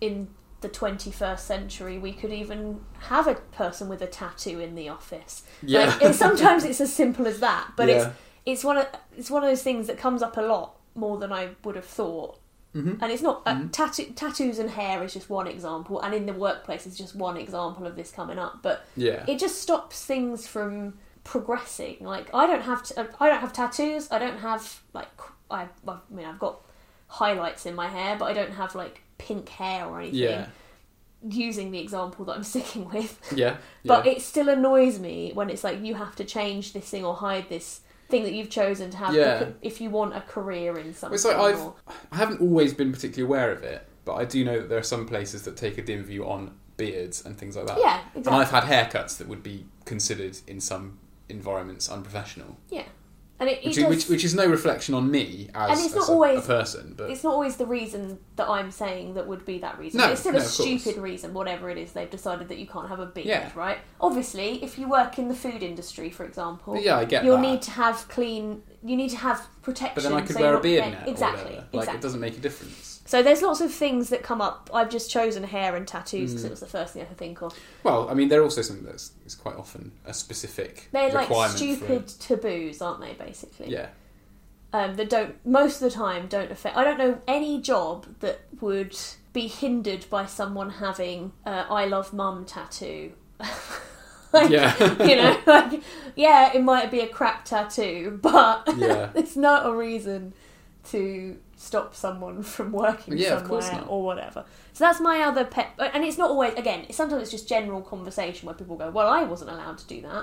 S1: in the 21st century we could even have a person with a tattoo in the office.
S2: Yeah.
S1: Like,
S2: [laughs]
S1: it, sometimes it's as simple as that, but it's
S2: Yeah.
S1: it's one of it's one of those things that comes up a lot more than I would have thought.
S2: Mm-hmm.
S1: And it's not uh, tattoo, tattoos and hair is just one example, and in the workplace is just one example of this coming up. But
S2: Yeah.
S1: it just stops things from progressing like i don't have t- uh, i don't have tattoos i don't have like I, I mean i've got highlights in my hair but i don't have like pink hair or anything
S2: yeah.
S1: using the example that i'm [laughs] sticking with
S2: Yeah.
S1: but
S2: yeah.
S1: it still annoys me when it's like you have to change this thing or hide this thing that you've chosen to have
S2: Yeah.
S1: becau- if you want a career in something
S2: It's like I've
S1: or-
S2: I haven't always been particularly aware of it, but I do know that there are some places that take a dim view on beards and things like that.
S1: Yeah,
S2: And I've had haircuts that would be considered in some environments unprofessional,
S1: yeah and it, it
S2: which,
S1: does-
S2: which which is no reflection on me as,
S1: And it's not
S2: as a,
S1: always-
S2: a person, but
S1: it's not always the reason that I'm saying that would be that reason.
S2: No,
S1: it's still
S2: no,
S1: a
S2: of course.
S1: stupid reason, whatever it is they've decided that you can't have a beard,
S2: Yeah.
S1: right? Obviously, if you work in the food industry, for example,
S2: But yeah, I get
S1: you'll
S2: that.
S1: need to have clean. You need to have protection.
S2: but then I could
S1: so
S2: wear
S1: you're
S2: a
S1: not
S2: beard
S1: getting-
S2: net or
S1: Exactly.
S2: whatever. Like
S1: exactly.
S2: it doesn't make a difference.
S1: so there's lots of things that come up. I've just chosen hair and tattoos
S2: Mm.
S1: because it was the first thing I could think of.
S2: Well, I mean, they're also something that's is quite often a specific
S1: They're like
S2: requirement. for-
S1: stupid taboos, aren't they? Basically,
S2: yeah,
S1: um, that don't most of the time don't affect. I don't know any job that would be hindered by someone having uh, "I love mum" tattoo. [laughs] [laughs] Like,
S2: Yeah.
S1: [laughs] you know, like yeah, it might be a crap tattoo, but
S2: Yeah.
S1: [laughs] it's not a reason to stop someone from working
S2: Yeah, of
S1: somewhere
S2: course not.
S1: or whatever. So that's my other pet, and it's not always again. Sometimes it's just general conversation where people go, "Well, I wasn't allowed to do that."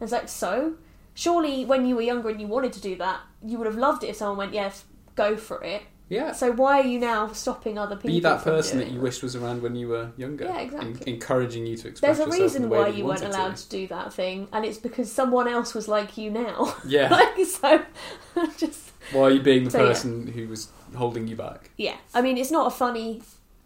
S1: And it's like, so surely when you were younger and you wanted to do that, you would have loved it if someone went, yes, go for it.
S2: Yeah.
S1: So why are you now stopping other people?
S2: Uh, Be that
S1: from
S2: person
S1: doing
S2: that you wish was around when you were younger.
S1: Yeah,
S2: en-
S1: exactly.
S2: encouraging you to express
S1: There's a
S2: yourself in
S1: reason
S2: the way
S1: why
S2: that
S1: you weren't
S2: wanted to.
S1: allowed to. do that thing, and it's because someone else was like you now.
S2: Yeah.
S1: [laughs] like so, I'm just
S2: Why are you being the
S1: So, yeah.
S2: person who was holding you back?
S1: yeah. I mean, it's not a funny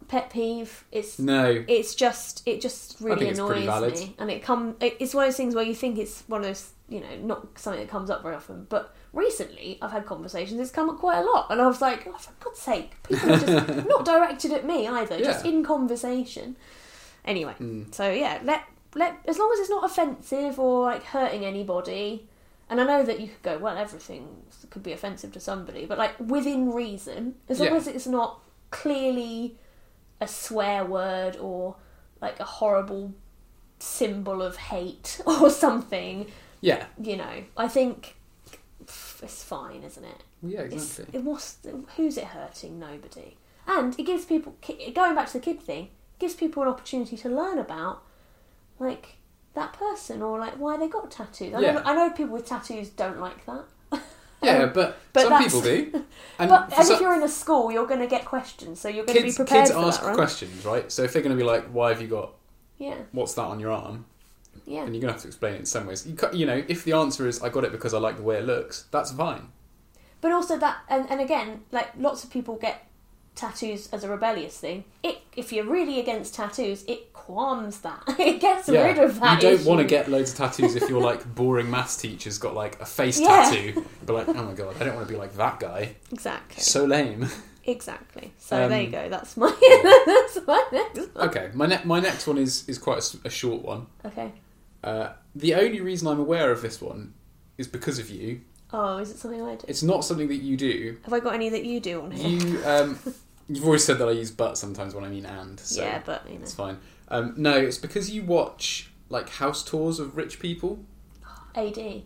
S1: pet peeve. It's
S2: No.
S1: it's just it just really
S2: think it's pretty
S1: annoys
S2: valid.
S1: me, and it come it, it's one of those things where you think it's one of those you know not something that comes up very often, but recently I've had conversations it's come up quite a lot, and I was like, oh, for God's sake, people are
S2: [laughs]
S1: just not directed at me either, just
S2: Yeah.
S1: in conversation. Anyway,
S2: Mm.
S1: so yeah, let let as long as it's not offensive or like hurting anybody. And I know that you could go, well, everything could be offensive to somebody, but like within reason, as long
S2: Yeah.
S1: as it's not clearly a swear word or like a horrible symbol of hate [laughs] or something,
S2: Yeah.
S1: you know, I think it's fine, isn't it?
S2: Well, yeah,
S1: It's,
S2: exactly.
S1: it was who's it hurting? Nobody. And it gives people ki- going back to the kid thing it gives people an opportunity to learn about like that person or like why they got tattooed. I, know,
S2: Yeah.
S1: I know people with tattoos don't like that.
S2: yeah, but,
S1: um, but
S2: some
S1: that's- [laughs]
S2: people do. And,
S1: But
S2: for
S1: and
S2: some-
S1: if you're in a school, you're going to get questions, so you're going
S2: kids,
S1: to be prepared
S2: kids
S1: for
S2: ask
S1: that, right?
S2: questions, right? So if they're going to be like, "Why have you got
S1: Yeah,
S2: what's that on your arm?"
S1: yeah,
S2: and you're going to have to explain it in some ways. You, ca- you know, if the answer is "I got it because I like the way it looks," that's fine.
S1: but also that, and, and again, like lots of people get tattoos as a rebellious thing. It if you're really against tattoos, it qualms that [laughs] it gets rid of that.
S2: you don't want to
S1: issue.
S2: get loads of tattoos if your like boring maths teacher's got like a face
S1: Yeah.
S2: tattoo. But like, oh my god, I don't want to be like that guy.
S1: exactly.
S2: So
S1: [laughs]
S2: lame.
S1: Exactly. So
S2: Um,
S1: there you go. That's my [laughs] that's my next one.
S2: Okay, my ne- my next one is is quite a s- a, short one.
S1: Okay.
S2: Uh, the only reason I'm aware of this one is because of you.
S1: Oh, is it something I do?
S2: It's not something that you do.
S1: Have I got any that you do on here? [laughs]
S2: You um, you've always said that I use but sometimes when I mean and. So
S1: yeah, but you know.
S2: it's fine. Um, no, it's because you watch like house tours of rich people.
S1: AD.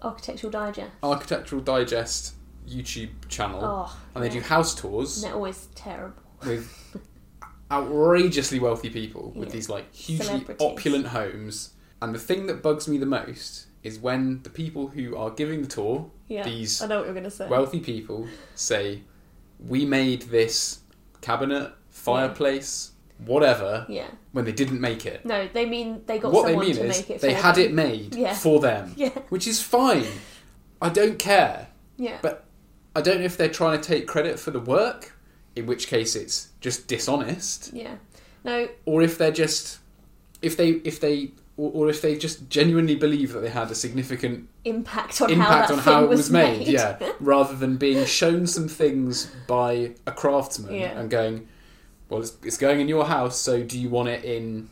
S1: Architectural Digest.
S2: Architectural Digest YouTube channel,
S1: Oh,
S2: and they
S1: yeah.
S2: do house tours
S1: And they're always terrible.
S2: with outrageously wealthy people with
S1: Yeah.
S2: these like hugely
S1: Celebrities.
S2: opulent homes. And the thing that bugs me the most is when the people who are giving the tour,
S1: Yeah.
S2: these
S1: I know what you're going to say.
S2: wealthy people, say, "We made this cabinet, fireplace, whatever,"
S1: yeah.
S2: when they didn't make it.
S1: No, they mean they got
S2: what they
S1: someone
S2: mean
S1: to
S2: is
S1: make it
S2: they
S1: for
S2: had
S1: them.
S2: it made
S1: Yeah.
S2: for them,
S1: [laughs] Yeah.
S2: which is fine. I don't care.
S1: Yeah.
S2: But I don't know if they're trying to take credit for the work, in which case it's just dishonest,
S1: yeah. No,
S2: or if they're just if they if they or, or if they just genuinely believe that they had a significant
S1: impact on
S2: impact
S1: how that
S2: on
S1: thing
S2: how it
S1: was,
S2: was
S1: [laughs]
S2: made, yeah, rather than being shown some things by a craftsman
S1: Yeah.
S2: and going, well, it's, it's going in your house, so do you want it in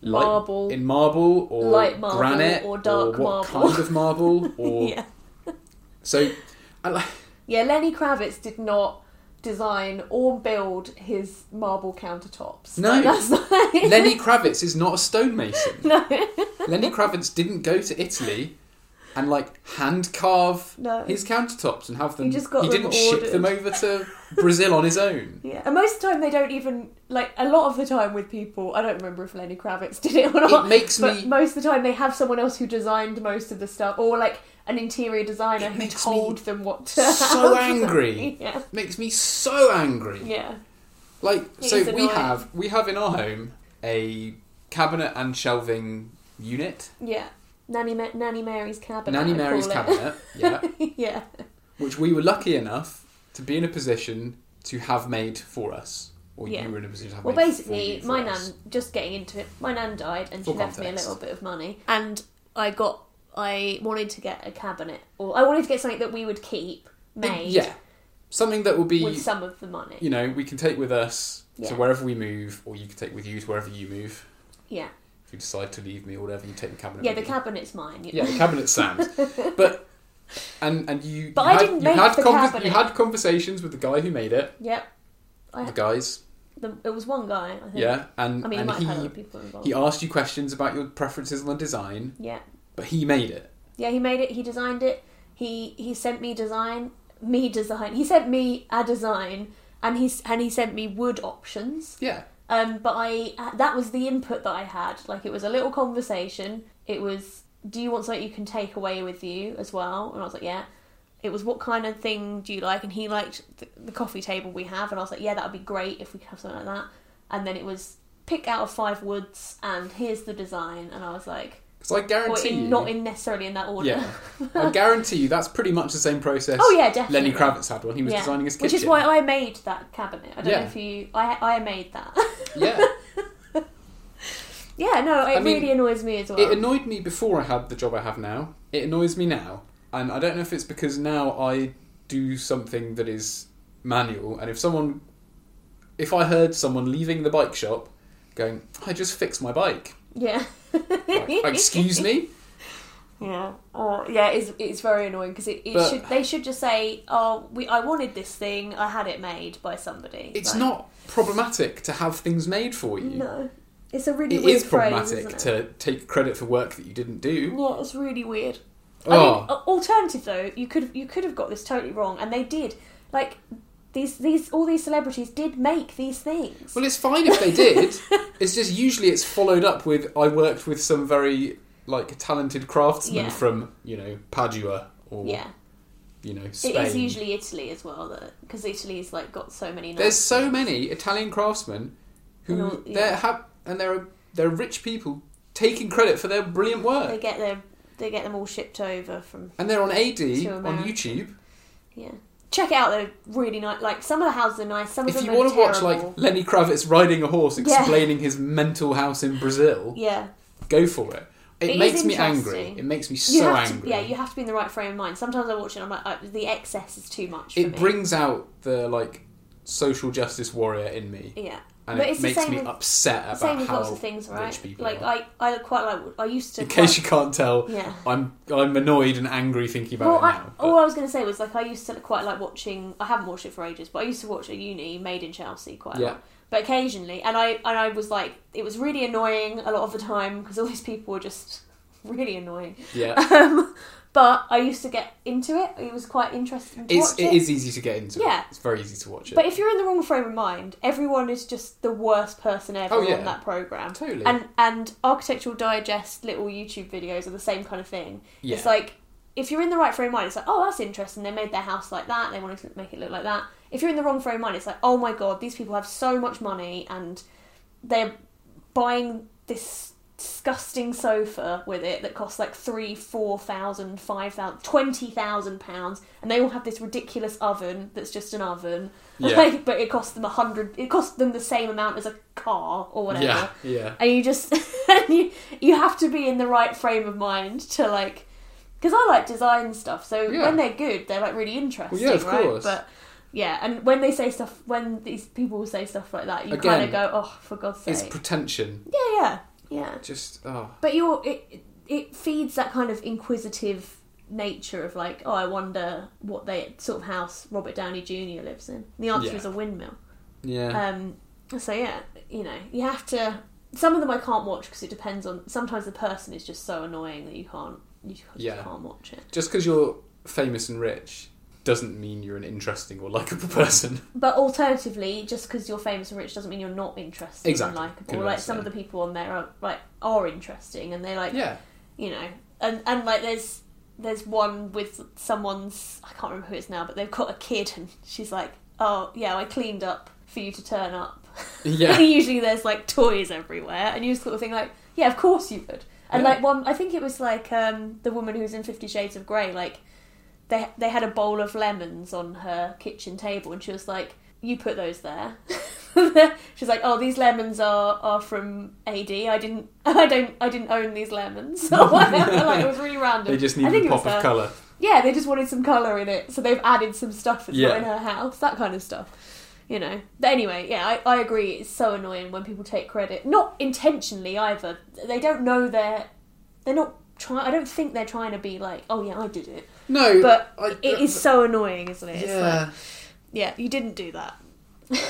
S2: light-
S1: Marble.
S2: in marble or
S1: Light marble
S2: granite
S1: or dark
S2: what
S1: marble."
S2: kind of marble
S1: [laughs]
S2: or
S1: yeah.
S2: so. I like,
S1: Yeah, Lenny Kravitz did not design or build his marble countertops.
S2: No.
S1: That's [laughs] not-
S2: Lenny Kravitz is not a stonemason.
S1: [laughs] No.
S2: Lenny Kravitz didn't go to Italy and like hand carve
S1: No.
S2: his countertops and have them.
S1: He just got them
S2: didn't ship
S1: ordered.
S2: them over to Brazil on his own.
S1: [laughs] Yeah, and most of the time they don't even like a lot of the time with people. I don't remember if Lenny Kravitz did it or not.
S2: makes
S1: but
S2: me-
S1: most of the time they have someone else who designed most of the stuff, or like an interior designer
S2: It
S1: who
S2: makes
S1: told
S2: me
S1: them what to.
S2: so
S1: [laughs] have.
S2: angry.
S1: Yeah,
S2: Makes me so angry.
S1: yeah,
S2: Like
S1: It
S2: so
S1: is
S2: we
S1: annoying.
S2: have we have in our home a cabinet and shelving unit.
S1: yeah. Nanny, Ma- Nanny Mary's cabinet.
S2: Nanny
S1: I
S2: Mary's
S1: call it.
S2: cabinet. Yeah.
S1: [laughs] yeah,
S2: Which we were lucky enough to be in a position to have made for us. Or
S1: Yeah.
S2: you were in a position to have
S1: Well,
S2: made for
S1: basically,
S2: you for
S1: my
S2: us.
S1: nan, just getting into it, my nan died and she
S2: For
S1: left me a
S2: context.
S1: little bit of money. And I got, I wanted to get a cabinet, or I wanted to get something that we would keep made
S2: Yeah. Something that will be
S1: with some of the money.
S2: you know, we can take with us to
S1: Yeah.
S2: wherever we move, or you can take with you to wherever you move.
S1: Yeah.
S2: If you decide to leave me or whatever, you take the cabinet.
S1: Yeah, the
S2: with
S1: cabinet's mine. you
S2: You. Yeah,
S1: know.
S2: the
S1: [laughs]
S2: cabinet Sam's. but and and you.
S1: But
S2: you
S1: I
S2: had,
S1: didn't
S2: you
S1: make
S2: had
S1: the
S2: conver-
S1: cabinet.
S2: You had conversations with the guy who made it.
S1: Yep. I-
S2: The guys,
S1: The, it was one guy, I think.
S2: yeah, and
S1: I mean, it
S2: and
S1: might have had other
S2: he
S1: people involved.
S2: he asked you questions about your preferences on the design,
S1: yeah.
S2: but he made it.
S1: Yeah, he made it, he designed it, he he sent me design, me design. He sent me a design, and he, s- and he sent me wood options.
S2: Yeah,
S1: Um, but I that was the input that I had. Like it was a little conversation. It was, do you want something you can take away with you as well? And I was like, yeah. It was what kind of thing do you like? And he liked the, the coffee table we have, and I was like, yeah, that would be great if we could have something like that. And then it was pick out of five woods, and here's the design. And I was like,
S2: Because I
S1: well,
S2: guarantee
S1: in,
S2: you,
S1: not in necessarily in that order. [laughs]
S2: yeah, I guarantee you that's pretty much the same process.
S1: Oh yeah, definitely.
S2: Lenny Kravitz had when he was
S1: Yeah.
S2: designing his kitchen.
S1: Which is why I made that cabinet. I don't
S2: Yeah.
S1: know if you. I I made that.
S2: yeah,
S1: [laughs] yeah, no, it
S2: I mean,
S1: really annoys me as well.
S2: it annoyed me before I had the job I have now. It annoys me now, and I don't know if it's because now I do something that is manual. And if someone, if I heard someone leaving the bike shop, going, "I just fixed
S1: [laughs]
S2: my bike,"
S1: yeah.
S2: like,
S1: [laughs]
S2: excuse me,
S1: Yeah. Or yeah, it's it's very annoying because it, it
S2: But-
S1: should they should just say, "Oh, we I wanted this thing. I had it made by somebody."
S2: it's
S1: Like,
S2: not problematic to have things made for you.
S1: No, it's a really
S2: It
S1: weird
S2: is problematic
S1: phrase, isn't it?
S2: to take credit for work that you didn't do.
S1: Yeah, it's really weird. I
S2: Oh,
S1: mean, a- alternative though, you could you could have got this totally wrong, and they did. Like these these all these celebrities did make these things.
S2: well, it's fine if they
S1: [laughs]
S2: did. it's just usually it's followed up with I worked with some very like talented craftsman
S1: Yeah.
S2: from you know Padua or
S1: yeah,
S2: you know Spain.
S1: it is usually Italy as well, because Italy's like got so many. nice
S2: There's so
S1: things.
S2: many Italian craftsmen
S1: And all-
S2: who
S1: yeah.
S2: they're hap- and they're they're rich people taking credit for their brilliant
S1: They
S2: work,
S1: get their they get them all shipped over from
S2: and they're on AD
S1: To
S2: on
S1: America.
S2: YouTube.
S1: Yeah. Check it out, they're really nice. Like, some of the houses are nice, some of
S2: If
S1: them
S2: you
S1: are
S2: want to watch
S1: terrible.
S2: like Lenny Kravitz riding a horse
S1: Yeah.
S2: explaining his mental house in
S1: [laughs]
S2: Brazil,
S1: Yeah.
S2: go for it.
S1: It
S2: It,
S1: is
S2: makes me
S1: interesting.
S2: angry. It makes me
S1: You
S2: so
S1: have to-
S2: angry.
S1: yeah, you have to be in the right frame of mind. Sometimes I watch it and I'm like, uh, the excess is too much for
S2: it
S1: me.
S2: brings out the like social justice warrior in me,
S1: Yeah.
S2: and
S1: But
S2: it
S1: it's the
S2: makes
S1: same
S2: me
S1: with-
S2: upset about
S1: Same with
S2: how
S1: lots of things, right?
S2: rich people
S1: Like,
S2: are.
S1: I, I quite like, I used to.
S2: In
S1: quite-
S2: case you can't tell, [laughs]
S1: Yeah.
S2: I'm I'm annoyed and angry thinking about
S1: Well,
S2: it
S1: I,
S2: now. but-
S1: all I was going to say was like I used to quite like watching. I haven't watched it for ages, but I used to watch a uni made in Chelsea quite a
S2: Yeah.
S1: lot. But occasionally, and I and I was like, it was really annoying a lot of the time because all these people were just [laughs] really annoying. [laughs]
S2: yeah,
S1: Um, but I used to get into it. It was quite interesting to
S2: it's
S1: watch
S2: it
S1: it.
S2: is easy to get into.
S1: Yeah.
S2: it's very easy to watch it.
S1: But if you're in the wrong frame of mind, everyone is just the worst person ever
S2: Oh, yeah.
S1: on that program.
S2: Totally.
S1: And and architectural digest little YouTube videos are the same kind of thing.
S2: yeah,
S1: It's like if you're in the right frame of mind, it's like, oh, that's interesting. They made their house like that. They wanted to make it look like that. If you're in the wrong frame of mind, it's like, oh my god, these people have so much money and they're buying this disgusting sofa with it that costs like three, four thousand, five thousand, twenty thousand pounds, and they all have this ridiculous oven that's just an oven. [laughs]
S2: Yeah.
S1: Like, but it costs them a hundred. It costs them the same amount as a car or whatever
S2: yeah, yeah.
S1: and you just [laughs] and you you have to be in the right frame of mind to like because I like design stuff, so
S2: Yeah.
S1: when they're good, they're like really interesting,
S2: Well, yeah, of
S1: right?
S2: course.
S1: But yeah, and when they say stuff, when these people say stuff like that, you
S2: Again,
S1: kind of go, oh, for God's
S2: It's
S1: sake,
S2: pretension.
S1: yeah, yeah, yeah.
S2: Just oh,
S1: But you're it it- it feeds that kind of inquisitive nature of like, oh, I wonder what they sort of house Robert Downey Jr. lives in. The answer
S2: Yeah.
S1: is a windmill.
S2: yeah.
S1: Um, so yeah, you know, you have to. Some of them I can't watch because it depends on. Sometimes the person is just so annoying that you can't. You just
S2: Yeah.
S1: can't watch it.
S2: Just because you're famous and rich doesn't mean you're an interesting or likable [laughs] person.
S1: But alternatively, just because you're famous and rich doesn't mean you're not interesting
S2: Exactly.
S1: and likable.
S2: Could
S1: Like some of the
S2: understand.
S1: people on there are like are interesting and they like
S2: yeah,
S1: you know and and like there's there's one with someone's I can't remember who it's now but they've got a kid and she's like oh yeah I cleaned up for you to turn up [laughs]
S2: Yeah.
S1: and usually there's like toys everywhere and you just sort of think like yeah of course you would and
S2: Yeah.
S1: like one I think it was like um the woman who was in 50 shades of grey like they they had a bowl of lemons on her kitchen table and she was like you put those there [laughs] she's like oh these lemons are are from ad i didn't [laughs] i don't i didn't own these lemons [laughs] or whatever like it was really random
S2: [laughs] they just
S1: I
S2: need
S1: think
S2: a
S1: it was
S2: pop of
S1: her.
S2: colour.
S1: yeah they just wanted some color in it so they've added some stuff that's
S2: Yeah.
S1: not in her house that kind of stuff you know but anyway yeah I, I agree it's so annoying when people take credit not intentionally either they don't know they're they're not trying i don't think they're trying to be like oh yeah i did it
S2: No,
S1: but
S2: I, uh,
S1: it is so annoying, isn't it? It's like,
S2: Yeah,
S1: yeah, you didn't do that. [laughs] you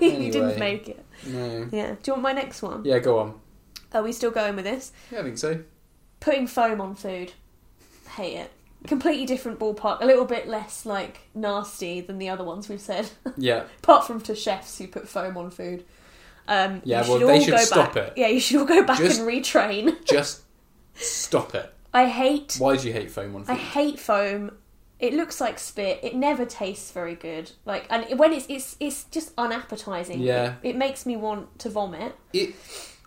S2: Anyway.
S1: didn't make it.
S2: no.
S1: Yeah. Do you want my next one?
S2: Yeah, go on.
S1: Are we still going with this?
S2: Yeah, I think so.
S1: Putting foam on food. Hate it. Completely different ballpark. A little bit less like nasty than the other ones we've said. [laughs]
S2: Yeah,
S1: Apart from to chefs who put foam on food. Um,
S2: Yeah,
S1: you
S2: well, they
S1: all
S2: should
S1: go
S2: stop
S1: back.
S2: it.
S1: Yeah, you should all go back
S2: Just-
S1: and retrain.
S2: just stop it.
S1: I hate
S2: Why do you hate foam on
S1: I
S2: food?
S1: hate foam It looks like spit. It never tastes very good. Like, and when it's it's it's just unappetizing.
S2: Yeah.
S1: it, it makes me want to vomit.
S2: It.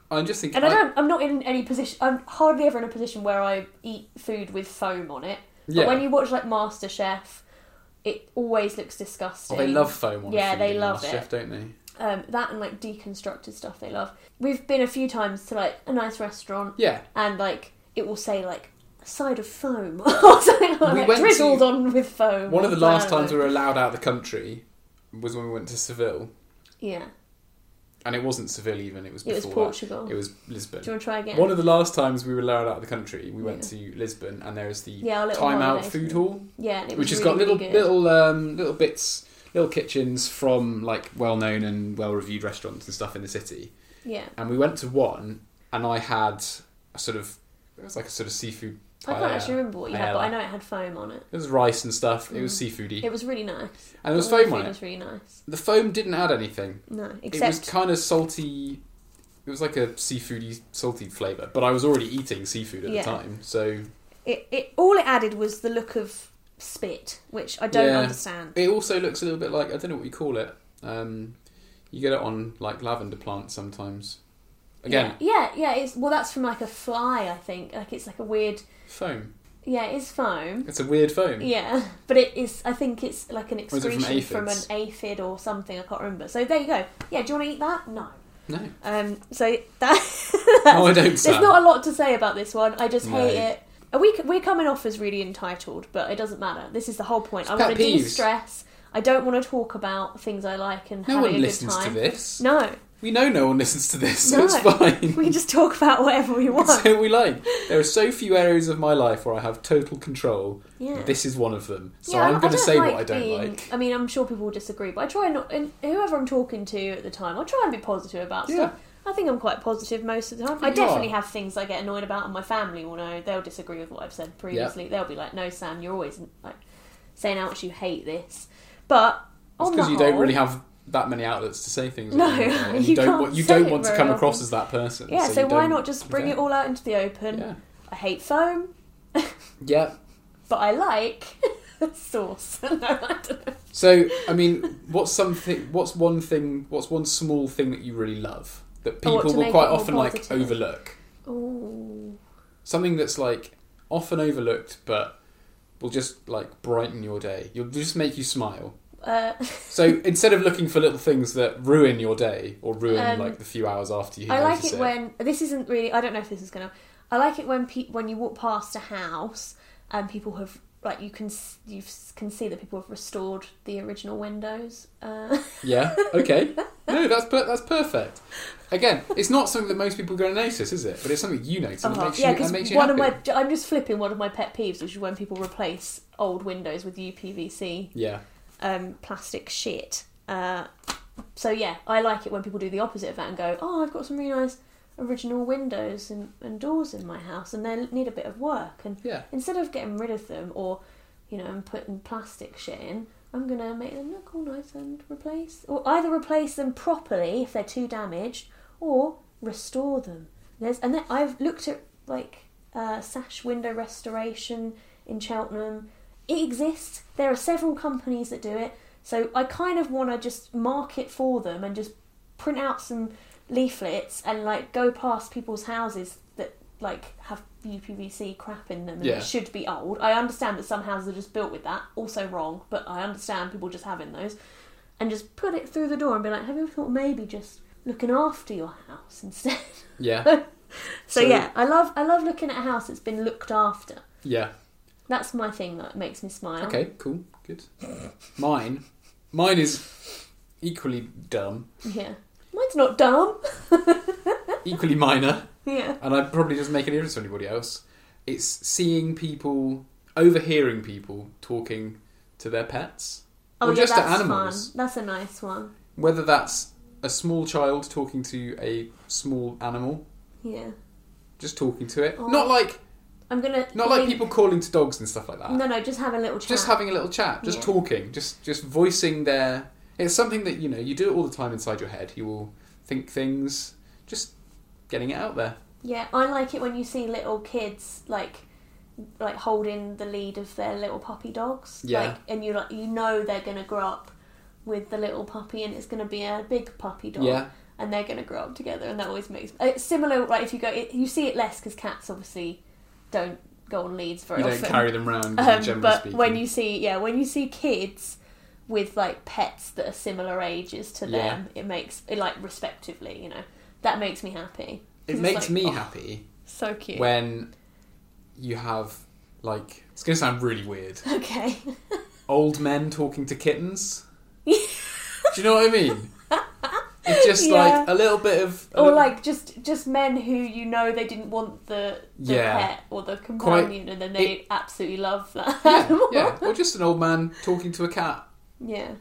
S2: I'm just thinking.
S1: And I don't. I'm not in any position. I'm hardly ever in a position where I eat food with foam on it.
S2: Yeah.
S1: But when you watch like MasterChef, it always looks disgusting.
S2: Oh, they love foam on
S1: Yeah,
S2: food
S1: they
S2: in
S1: love
S2: MasterChef,
S1: it.
S2: don't they?
S1: um, that and like deconstructed stuff. They love. We've been a few times to like a nice restaurant,
S2: Yeah.
S1: and like it will say like a side of foam [laughs] or something like
S2: We
S1: that,
S2: went
S1: drizzled
S2: to-
S1: on with foam.
S2: One of the
S1: I don't
S2: last times
S1: know.
S2: we were allowed out of the country was when we went to Seville,
S1: Yeah,
S2: and it wasn't Seville even. It was
S1: it
S2: before
S1: was
S2: that.
S1: Portugal.
S2: It was Lisbon.
S1: Do you want to try again?
S2: One of the last times we were allowed out of the country, we went to Lisbon, and there is the
S1: Yeah, our little
S2: Time Out
S1: holiday
S2: Food
S1: thing.
S2: Hall,
S1: yeah, and it was
S2: which has
S1: really,
S2: got little
S1: really good.
S2: little um, little bits, little kitchens from like well-known and well-reviewed restaurants and stuff in the city.
S1: Yeah,
S2: And we went to one, and I had a sort of it was like a sort of seafood.
S1: I can't
S2: paella.
S1: actually remember what you had, but
S2: Paella.
S1: I know it had foam on it.
S2: It was rice and stuff. It was seafoody,
S1: Mm. It was really nice.
S2: and there was
S1: All the
S2: foam
S1: food
S2: on it.
S1: was really nice.
S2: The foam didn't add anything.
S1: No,
S2: It was
S1: except
S2: kind of salty. It was like a seafoody, salty flavour, but I was already eating seafood at
S1: Yeah.
S2: the time, so
S1: it, it. All it added was the look of spit, which I don't
S2: Yeah.
S1: understand.
S2: It also looks a little bit like I don't know what you call it. Um, you get it on like lavender plants sometimes. Again,
S1: Yeah, yeah, yeah. It's well, that's from like a fly, I think. Like it's like a weird.
S2: foam.
S1: Yeah, it's foam.
S2: It's a weird foam.
S1: Yeah, [laughs] but it is. I think it's like an
S2: is it from
S1: excretion from, an
S2: aphids?
S1: aphid or something. I can't remember. So there you go. Yeah, do you want to eat that? No.
S2: No,
S1: Um. So [laughs] that.
S2: no, I don't.
S1: There's
S2: Sam.
S1: not a lot to say about this one. I just
S2: No.
S1: hate it. And We we're coming off as really entitled, but it doesn't matter. This is the whole point. I
S2: pet
S1: want to
S2: peeves.
S1: de-stress. I don't want to talk about things I like and
S2: no
S1: having
S2: one
S1: a good
S2: listens to
S1: time.
S2: this.
S1: No,
S2: We know no one listens to this, so
S1: No.
S2: it's
S1: [laughs]
S2: fine.
S1: we just talk about whatever [laughs] we want.
S2: so we like. There are so few areas of my life where I have total control.
S1: yeah.
S2: This is one of them. So
S1: Yeah, I- I
S2: I'm going to
S1: don't
S2: say
S1: like
S2: what I don't
S1: being-
S2: like.
S1: I mean, I'm sure people will disagree, but I try not. And whoever I'm talking to at the time, I try and be positive about
S2: Yeah.
S1: stuff. I think I'm quite positive most of the time. I,
S2: think you
S1: definitely
S2: are.
S1: have things I get annoyed about, and my family will know. They'll disagree with what I've said previously. They'll be like, "No, Sam, you're always like saying how much you hate this." But
S2: It's
S1: on
S2: because
S1: the
S2: you don't
S1: whole-
S2: really have that many outlets to say things.
S1: No,
S2: on,
S1: [laughs]
S2: and
S1: you
S2: don't.
S1: can't
S2: want- you
S1: say
S2: don't
S1: it
S2: want to
S1: very
S2: come
S1: often.
S2: across as that person.
S1: Yeah, so,
S2: you
S1: why
S2: don't-
S1: not just bring
S2: yeah.
S1: it all out into the open?
S2: Yeah.
S1: I hate foam,
S2: Yeah.
S1: but I like [laughs] sauce. [laughs] no, I don't know.
S2: So, I mean, what's something? What's one thing? What's one small thing that you really love that
S1: Oh, what,
S2: people
S1: to
S2: will
S1: make
S2: quite
S1: it more
S2: often like
S1: positive?
S2: overlook?
S1: Ooh.
S2: Something that's like often overlooked, but will just like brighten your day. You'll just make you smile.
S1: Uh, [laughs]
S2: So instead of looking for little things that ruin your day or ruin
S1: Um,
S2: like the few hours after you,
S1: I like
S2: notice
S1: it when this isn't really. I don't know if this is gonna. I like it when pe- when you walk past a house and people have like you can s- you s- can see that people have restored the original windows. Uh,
S2: Yeah.
S1: [laughs]
S2: Okay. No, that's per- that's perfect. Again, it's not something that most people are going to notice, is it? But it's something you
S1: [laughs]
S2: notice. And it
S1: uh-huh.
S2: makes you,
S1: yeah,
S2: and
S1: because
S2: makes you
S1: one
S2: happy.
S1: of my I'm just flipping one of my pet peeves, which is when people replace old windows with UPVC
S2: Yeah.
S1: um, plastic shit. Uh, so yeah, I like it when people do the opposite of that and go, "Oh, I've got some really nice original windows and, and doors in my house, and they need a bit of work." And
S2: Yeah.
S1: instead of getting rid of them or you know and putting plastic shit in i'm gonna make them look all nice and replace or either replace them properly if they're too damaged or restore them there's and then i've looked at like uh, sash window restoration in cheltenham it exists there are several companies that do it so i kind of want to just mark it for them and just print out some leaflets and like go past people's houses that like have UPVC crap in them and
S2: Yeah.
S1: it should be old. I understand that some houses are just built with that, also wrong, but I understand people just having those. And just put it through the door and be like, have you ever thought maybe just looking after your house instead? [laughs]
S2: Yeah.
S1: so,
S2: So-
S1: yeah, I love I love looking at a house that's been looked after.
S2: Yeah.
S1: That's my thing that makes me smile.
S2: Okay, cool, good. Mine, mine is equally dumb,
S1: Yeah. Mine's not dumb. [laughs]
S2: equally minor,
S1: yeah.
S2: and I probably doesn't make any difference to anybody else. It's seeing people, overhearing people talking to their pets,
S1: Oh
S2: or
S1: yeah,
S2: just
S1: that's
S2: to animals.
S1: fun. That's a nice one.
S2: Whether that's a small child talking to a small animal,
S1: Yeah.
S2: just talking to it.
S1: Oh.
S2: Not like
S1: I'm gonna
S2: not like
S1: link-
S2: people calling to dogs and stuff like that.
S1: No, no, just have a little chat.
S2: just having a little chat, just
S1: Yeah.
S2: talking, just just voicing their. It's something that you know you do it all the time inside your head. You will think things, just getting it out there.
S1: Yeah, I like it when you see little kids like like holding the lead of their little puppy dogs.
S2: Yeah.
S1: Like, and you like you know they're gonna grow up with the little puppy, and it's gonna be a big puppy dog.
S2: Yeah.
S1: And they're gonna grow up together, and that always makes it's similar. Like if you go, it, you see it less because cats obviously don't go on leads very
S2: You don't
S1: often.
S2: carry them round. generally
S1: Um, but
S2: speaking.
S1: when you see, yeah, when you see kids with like pets that are similar ages to
S2: Yeah.
S1: them, it makes it like respectively, you know, that makes me happy. 'Cause
S2: it
S1: it's
S2: makes
S1: like,
S2: me
S1: oh,
S2: happy
S1: So cute.
S2: when you have like it's going to sound really weird.
S1: [laughs]
S2: [laughs]
S1: okay.
S2: Old men talking to kittens. Do you know what I mean? It's
S1: [laughs]
S2: just
S1: Yeah.
S2: like a little bit of a
S1: or
S2: little-
S1: like just just men who you know they didn't want the, the
S2: Yeah.
S1: pet or the companion, and then they absolutely love that
S2: [laughs] [laughs] yeah,
S1: animal.
S2: yeah, or just an old man talking to a cat.
S1: [laughs] Yeah.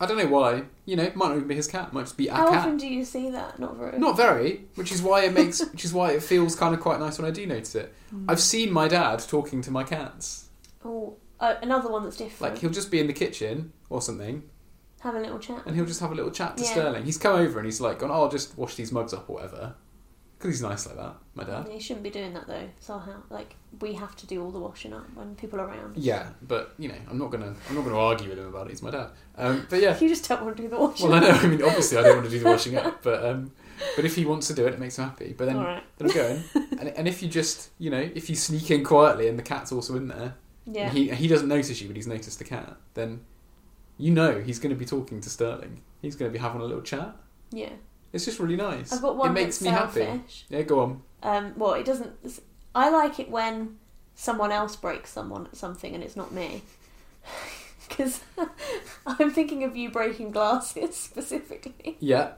S2: I don't know why. You know, it might not even be his cat. It might just be a
S1: How
S2: cat.
S1: often do you see that? Not very.
S2: Not very, which is why
S1: [laughs]
S2: it makes, which is why it feels kind of quite nice when I do notice it.
S1: Mm.
S2: I've seen my dad talking to my cats.
S1: Oh, uh, another one that's different.
S2: Like he'll just be in the kitchen or something,
S1: Have a little chat.
S2: and he'll just have a little chat to
S1: Yeah.
S2: Sterling. He's come over and he's like, gone, "Oh, I'll just wash these mugs up or whatever," because he's nice like that. My dad.
S1: You shouldn't be doing that though. Somehow, like we have to do all the washing up when people are around.
S2: Yeah, but you know, I'm not gonna, I'm not gonna argue with him about it. He's my dad. Um, but yeah,
S1: You just don't want to do the washing.
S2: well, I know. I mean, obviously, I don't want to do the washing up, but um, but if he wants to do it, it makes him happy. But then,
S1: all right.
S2: then I'm going, and, and if you just, you know, if you sneak in quietly and the cat's also in there,
S1: Yeah.
S2: and he he doesn't notice you, but he's noticed the cat, then you know he's going to be talking to Sterling. He's going to be having a little chat.
S1: yeah.
S2: It's just really nice.
S1: I've got one
S2: It makes
S1: that's
S2: me happy.
S1: selfish.
S2: Yeah, go on.
S1: Um, well, it doesn't. it's- I like it when someone else breaks someone something and it's not me. [laughs] Because [laughs] I'm thinking of you breaking glasses [laughs] specifically. [laughs]
S2: Yeah.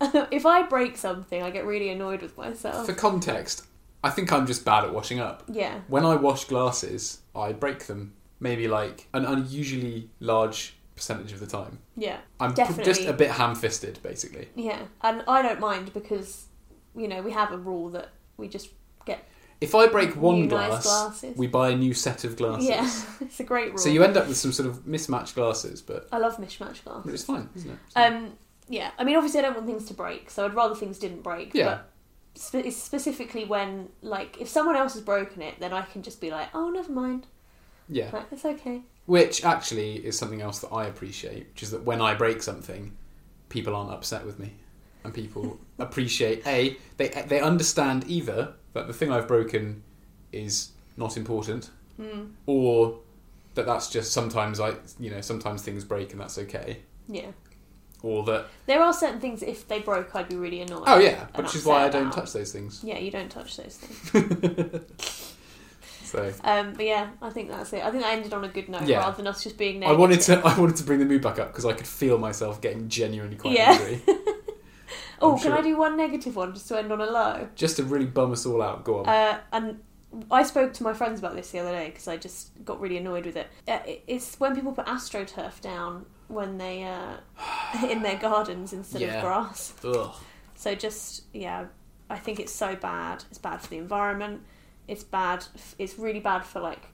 S1: if I break something, I get really annoyed with myself.
S2: For context, I think I'm just bad at washing up.
S1: yeah.
S2: When I wash glasses, I break them maybe like an unusually large percentage of the time.
S1: Yeah.
S2: I'm pr- just
S1: Definitely.
S2: a bit ham-fisted, basically.
S1: Yeah. And I don't mind because, you know, we have a rule that we just get
S2: If I break one
S1: new nice
S2: glass,
S1: glasses.
S2: we buy a new set of glasses.
S1: Yeah, [laughs] it's a great rule.
S2: So you end up with some sort of mismatched glasses, but,
S1: I love mishmash glass.
S2: but it's fine, isn't it?
S1: Um, yeah, I mean, obviously, I don't want things to break, so I'd rather things didn't break.
S2: Yeah.
S1: But spe- it's specifically when, like, if someone else has broken it, then I can just be like, oh, never mind.
S2: yeah.
S1: Like, it's okay.
S2: Which actually is something else that I appreciate, which is that when I break something, people aren't upset with me,
S1: [laughs]
S2: and people appreciate a they they understand either that the thing I've broken is not important, or that that's just sometimes I you know sometimes things break and that's okay,
S1: Yeah.
S2: or that
S1: There are certain things, if they broke, I'd be really annoyed.
S2: oh yeah,
S1: and
S2: which is why I
S1: upset
S2: don't
S1: about.
S2: touch those things.
S1: [laughs] Yeah, you don't touch those things.
S2: So
S1: Um, but yeah, I think that's it. I think that ended on a good note
S2: Yeah.
S1: rather than us just being
S2: I
S1: negative.
S2: wanted to [laughs] I wanted to bring the mood back up because I could feel myself getting genuinely quite
S1: Yeah.
S2: angry.
S1: [laughs] Oh,
S2: I'm
S1: can
S2: sure-
S1: I do one negative one just to end on a low?
S2: Just to really bum us all out. Go on.
S1: Uh, and I spoke to my friends about this the other day because I just got really annoyed with it. Uh, it- It's when people put astroturf down when they uh, in their gardens instead
S2: Yeah.
S1: of grass.
S2: Ugh.
S1: So just yeah, I think it's so bad. It's bad for the environment. It's bad. f- It's really bad for like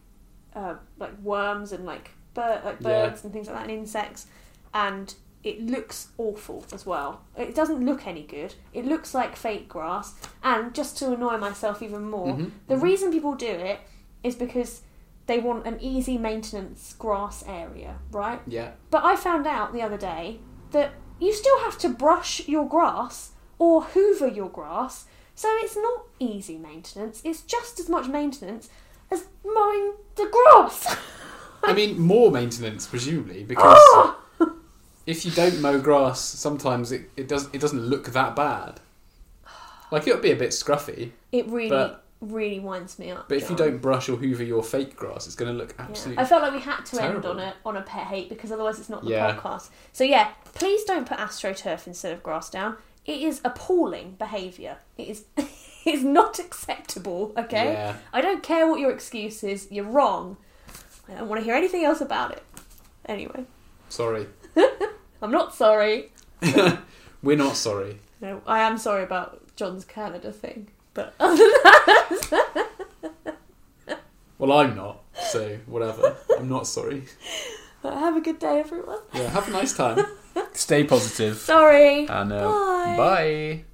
S1: uh, like worms and like bir- like
S2: Yeah.
S1: birds and things like that and insects. And it looks awful as well. It doesn't look any good. It looks like fake grass. And just to annoy myself even more,
S2: Mhm,
S1: the reason people do it is because they want an easy maintenance grass area, right?
S2: Yeah.
S1: But I found out the other day that you still have to brush your grass or hoover your grass, so it's not easy maintenance. It's just as much maintenance as mowing the grass.
S2: I mean, more maintenance presumably because
S1: [gasps]
S2: if you don't mow grass, sometimes it, it does it doesn't look that bad. Like it'll be a bit scruffy,
S1: [laughs] it really,
S2: But-
S1: really winds me up.
S2: but if you
S1: John.
S2: don't brush or hoover your fake grass, it's going to look
S1: Yeah. I
S2: absolutely.
S1: felt like we had to
S2: terrible.
S1: end on a on a pet hate because otherwise it's not the
S2: Yeah.
S1: podcast. So yeah, please don't put astroturf instead of grass down. It is appalling behaviour. It is [laughs] it's not acceptable. Okay,
S2: Yeah.
S1: I don't care what your excuse is. You're wrong. I don't want to hear anything else about it. Anyway,
S2: Sorry, [laughs]
S1: I'm not sorry.
S2: we're not sorry.
S1: No, I am sorry about John's Canada thing, but [laughs]
S2: Well, I'm not. So whatever. I'm not sorry.
S1: have a good day, everyone.
S2: Yeah. Have a nice time. Stay positive.
S1: Sorry.
S2: And uh,
S1: Bye.
S2: bye.